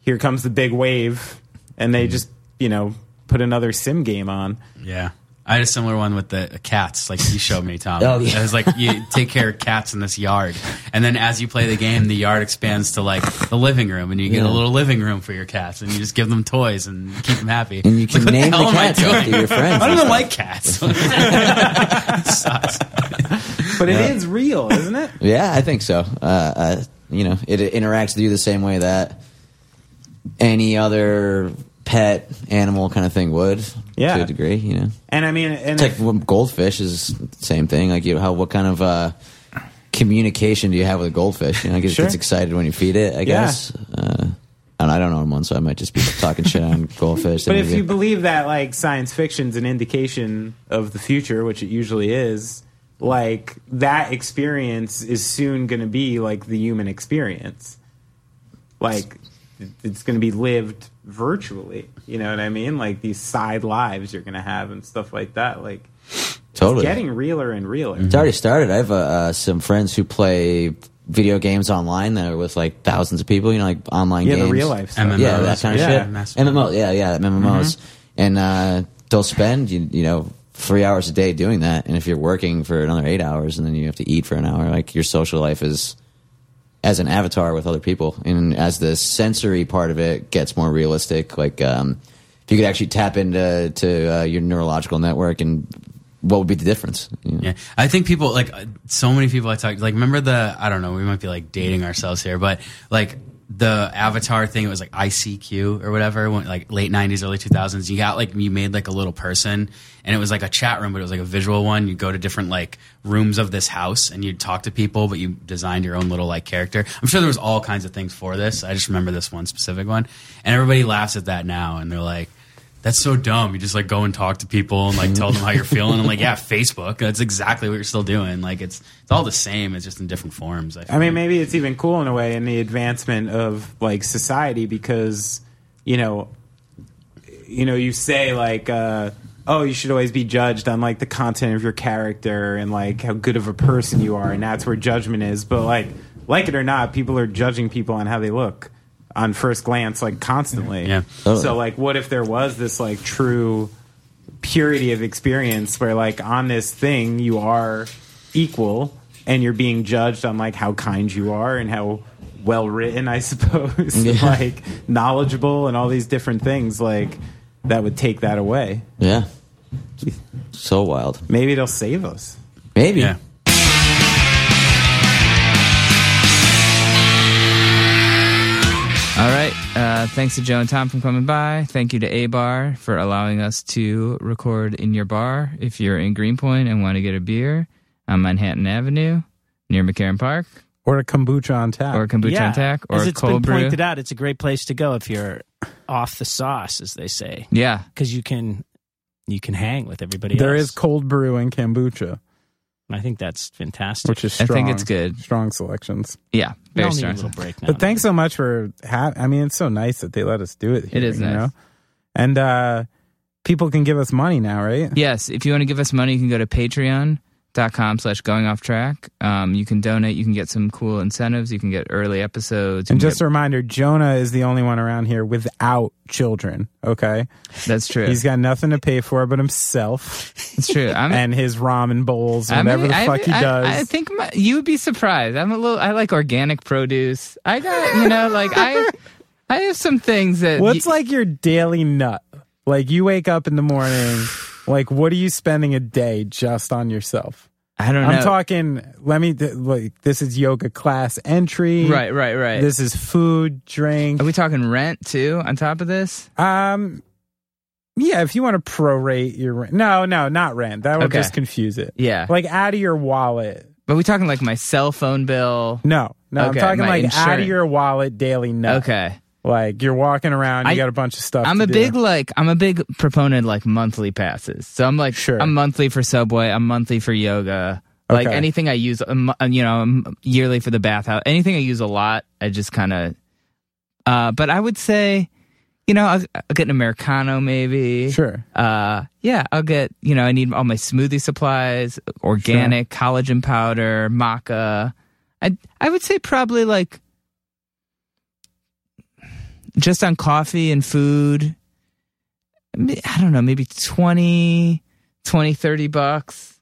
here comes the big wave, and Mm. they just you know put another sim game on. yeah. I had a similar one with the cats, like you showed me, Tom. Oh, yeah. It was like you take care of cats in this yard, and then as you play the game, the yard expands to like the living room, and you get Yeah. a little living room for your cats, and you just give them toys and keep them happy. And you It's like, can what name the, hell am I cats after doing? your friends. I don't and even stuff. like cats. Sucks. But it is real, isn't it? Yeah, I think so. Uh, uh, you know, it interacts with you the same way that any other pet animal kind of thing would. Yeah. to a degree. You know, And I mean, and it's like well, goldfish is the same thing. Like, you know, how what kind of uh, communication do you have with a goldfish? You know, I guess Sure. it gets excited when you feed it. I guess. Uh, and I don't own one, so I might just be talking shit on goldfish. but if you believe that like science fiction's an indication of the future, which it usually is, like that experience is soon going to be like the human experience. Like it- it's going to be lived virtually. You know what I mean? Like these side lives you're going to have and stuff like that. Like totally getting realer and realer. It's already started. I have uh, uh, some friends who play video games online that are with like thousands of people. You know, like online Yeah, games. the real life stuff. MMOs. Yeah, that kind of Yeah. shit. MMO, yeah, yeah, MMOs, and uh, they'll spend you, you know three hours a day doing that. And if you're working for another eight hours, and then you have to eat for an hour, like your social life is as an avatar with other people, and as the sensory part of it gets more realistic, like um, if you could actually tap into to uh, your neurological network, and what would be the difference? you know? Yeah, I think people like uh, so many people I talked like remember the I don't know we might be like dating ourselves here, but like the Avatar thing it was like ICQ or whatever, when, like late nineties, early two thousands. You got like you made like a little person, and it was like a chat room, but it was like a visual one. You go to different like rooms of this house and you'd talk to people, but you designed your own little like character. I'm sure there was all kinds of things for this. I just remember this one specific one, and everybody laughs at that now, and they're like. That's so dumb. You just like go and talk to people and like tell them how you're feeling. I'm like, yeah, Facebook. That's exactly what you're still doing. Like it's it's all the same. It's just in different forms. I, I feel. mean, maybe it's even cool in a way in the advancement of like society because you know, you know, you say like, uh, oh, you should always be judged on like the content of your character and like how good of a person you are, and that's where judgment is. But like, like it or not, people are judging people on how they look on first glance, like constantly. Yeah. So like, what if there was this like true purity of experience where like on this thing you are equal and you're being judged on like how kind you are and how well written i suppose and, like knowledgeable and all these different things like that would take that away Yeah. So wild. maybe it'll save us Maybe. Yeah. All right. Uh, thanks to Joe and Tom for coming by. Thank you to A Bar for allowing us to record in your bar. If you're in Greenpoint and want to get a beer on Manhattan Avenue near McCarran Park, Or a kombucha on tap. or kombucha yeah. on tap, or As a it's cold been brew. pointed out, it's a great place to go if you're off the sauce, as they say, Yeah, because you can you can hang with everybody. there else. is cold brew and kombucha, I think that's fantastic. which is I strong. think it's good. Strong selections. yeah, we very all need a strong. little break now. But thanks so much for ha- I mean, it's so nice that they let us do it. Here, It is you nice. know? And uh, people can give us money now, right? Yes, if you want to give us money, you can go to patreon.com slash going off track. Um, you can donate. You can get some cool incentives. You can get early episodes. you And can just a reminder, Jonah is the only one around here without children. Okay, get- that's true. he's got nothing to pay for but himself It's true. I'm, and his ramen bowls, I'm- whatever the I- fuck he I- does. I, think my, you would be surprised. I'm a little. I like organic produce. I got you know like I. I have some things that What's like your daily nut? Like you wake up in the morning, like what are you spending a day just on yourself? I don't know. I'm talking. Let me. th- Like this is yoga class entry. right, right, right. This is food, drink. Are we talking rent too? On top of this, Um, yeah. If you want to prorate your rent, no, no, not rent. That would Okay. just confuse it. Yeah. like out of your wallet. but we talking like my cell phone bill. No, no. Okay, I'm talking my like out of insurance. your wallet daily nut. Okay, Like you're walking around, you I- got a bunch of stuff. I'm to a do. big like I'm a big proponent of, like monthly passes. So I'm like Sure. I'm monthly for Subway. I'm monthly for yoga. Like Okay. anything I use, um, uh, you know, um, yearly for the bathhouse. Anything I use a lot, I just kind of. Uh, but I would say, you know, I'll, I'll get an americano maybe. Sure. Uh, yeah, I'll get you know I need all my smoothie supplies, organic collagen powder, maca. I I would say probably like just on coffee and food m- i don't know maybe 20 20 30 bucks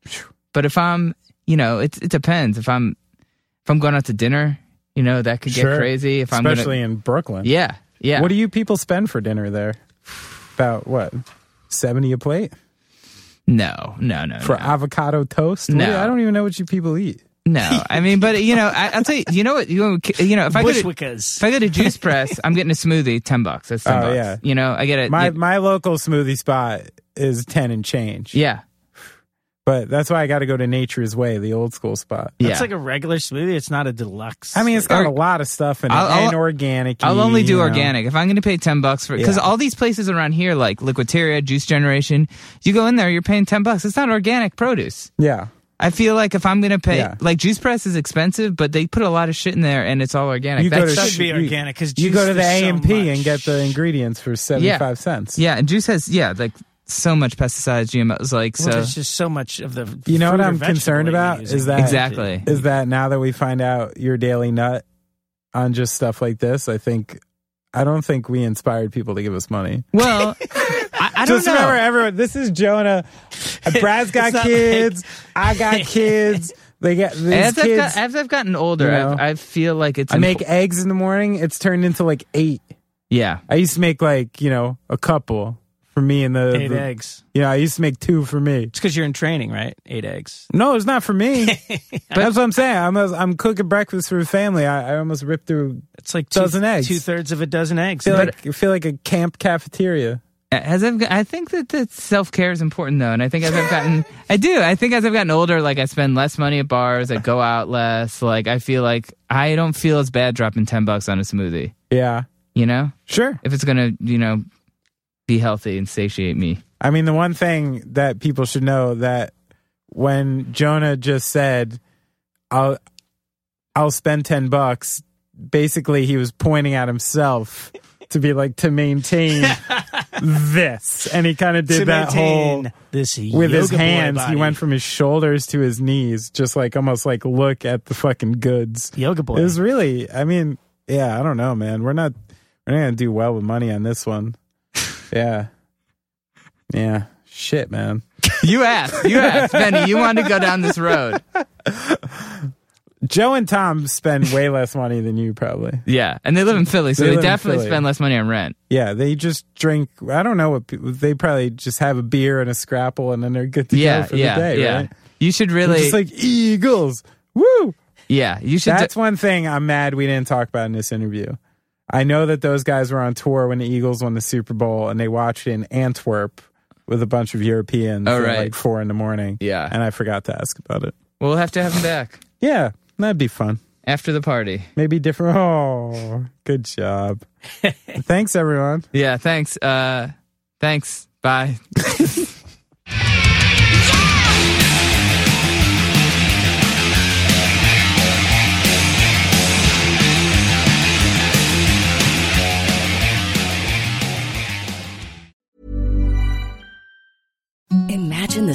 but if i'm you know it, it depends if i'm if i'm going out to dinner you know that could get Sure. crazy if i'm especially gonna, in Brooklyn. yeah yeah What do you people spend for dinner there? About what? 70 a plate no no no for no. avocado toast? What do you- No. I don't even know what you people eat. No, I mean, but you know, I, I'll tell you. You know what? You know, you know, if I go to, Bushwickas. if I go to Juice Press, I'm getting a smoothie, ten bucks. That's ten Oh, bucks. yeah. You know, I get it. My yeah, my local smoothie spot is 10 and change. yeah, But that's why I got to go to Nature's Way, the old school spot. yeah. It's like a regular smoothie. It's not a deluxe. I mean, it's got Or- a lot of stuff in it I'll- I'll- and organic. I'll only do organic if I'm going to pay ten bucks for because Yeah. all these places around here, like Liquiteria, Juice Generation, you go in there, you're paying ten bucks. It's not organic produce. Yeah. I feel like if I'm going to pay, Yeah. like Juice Press is expensive, but they put a lot of shit in there, and it's all organic. You go That to shit- should be you- organic because You go to the AMP and get the ingredients for 75 cents. yeah, and Juice has yeah, like so much pesticides, GMOs, like Well, so there's just so much of the. You know fruit what or I'm vegetable concerned you're about using. is that exactly. is that now that we find out your daily nut on just stuff like this, I think I don't think we inspired people to give us money. Well, I, I don't Just know. remember, everyone, this is Jonah. Brad's got It's not kids. I got kids. They got these as, I've kids. got, as I've gotten older, you know, I've, I feel like it's I make impo- eggs in the morning. It's turned into like eight. yeah. I used to make like you know a couple for me and the, Eight the- eggs. You know, I used to make two for me. It's because you're in training, right? Eight eggs. No, it's not for me. That's what I'm saying. I'm a, I'm cooking breakfast for the family. I, I almost ripped through It's like two, Dozen eggs. Two thirds of a dozen eggs. feel like I feel like a camp cafeteria. As I've, got- I think that, that self care is important though, and I think as I've gotten, I do. I think as I've gotten older, like I spend less money at bars, I go out less. Like I feel like I don't feel as bad dropping ten bucks on a smoothie. Yeah, You know, sure. if it's gonna, you know, be healthy and satiate me. I mean, the one thing that people should know that when Jonah just said, "I'll I'll spend ten bucks," basically he was pointing at himself to be like to maintain this, and he kind of did to that maintain whole this with his yoga boy hands. He body. went from his shoulders to his knees, just like almost like look at the fucking goods. yoga boy. It was really, I mean, yeah, I don't know, man. We're not, we're not gonna do well with money on this one. yeah, yeah, shit, man. You asked. You asked, Benny. You wanted to go down this road. Joe and Tom spend way less money than you probably. Yeah, and they live in Philly, so They they, live in definitely Philly. spend less money on rent. Yeah, they just drink. I don't know what people, they probably just have a beer and a scrapple, and then they're good to yeah, go for yeah, the day, yeah. right? You should They're really. just like eagles. Woo! yeah, you should. That's de- one thing I'm mad we didn't talk about in this interview. I know that those guys were on tour when the Eagles won the Super Bowl and they watched it in Antwerp with a bunch of Europeans Oh, at right. like four in the morning. Yeah. And I forgot to ask about it. we'll have to have him back Yeah, that'd be fun. after the party. Maybe different. Oh, good job. Thanks, everyone. Yeah, thanks. Uh, thanks. Bye. Imagine the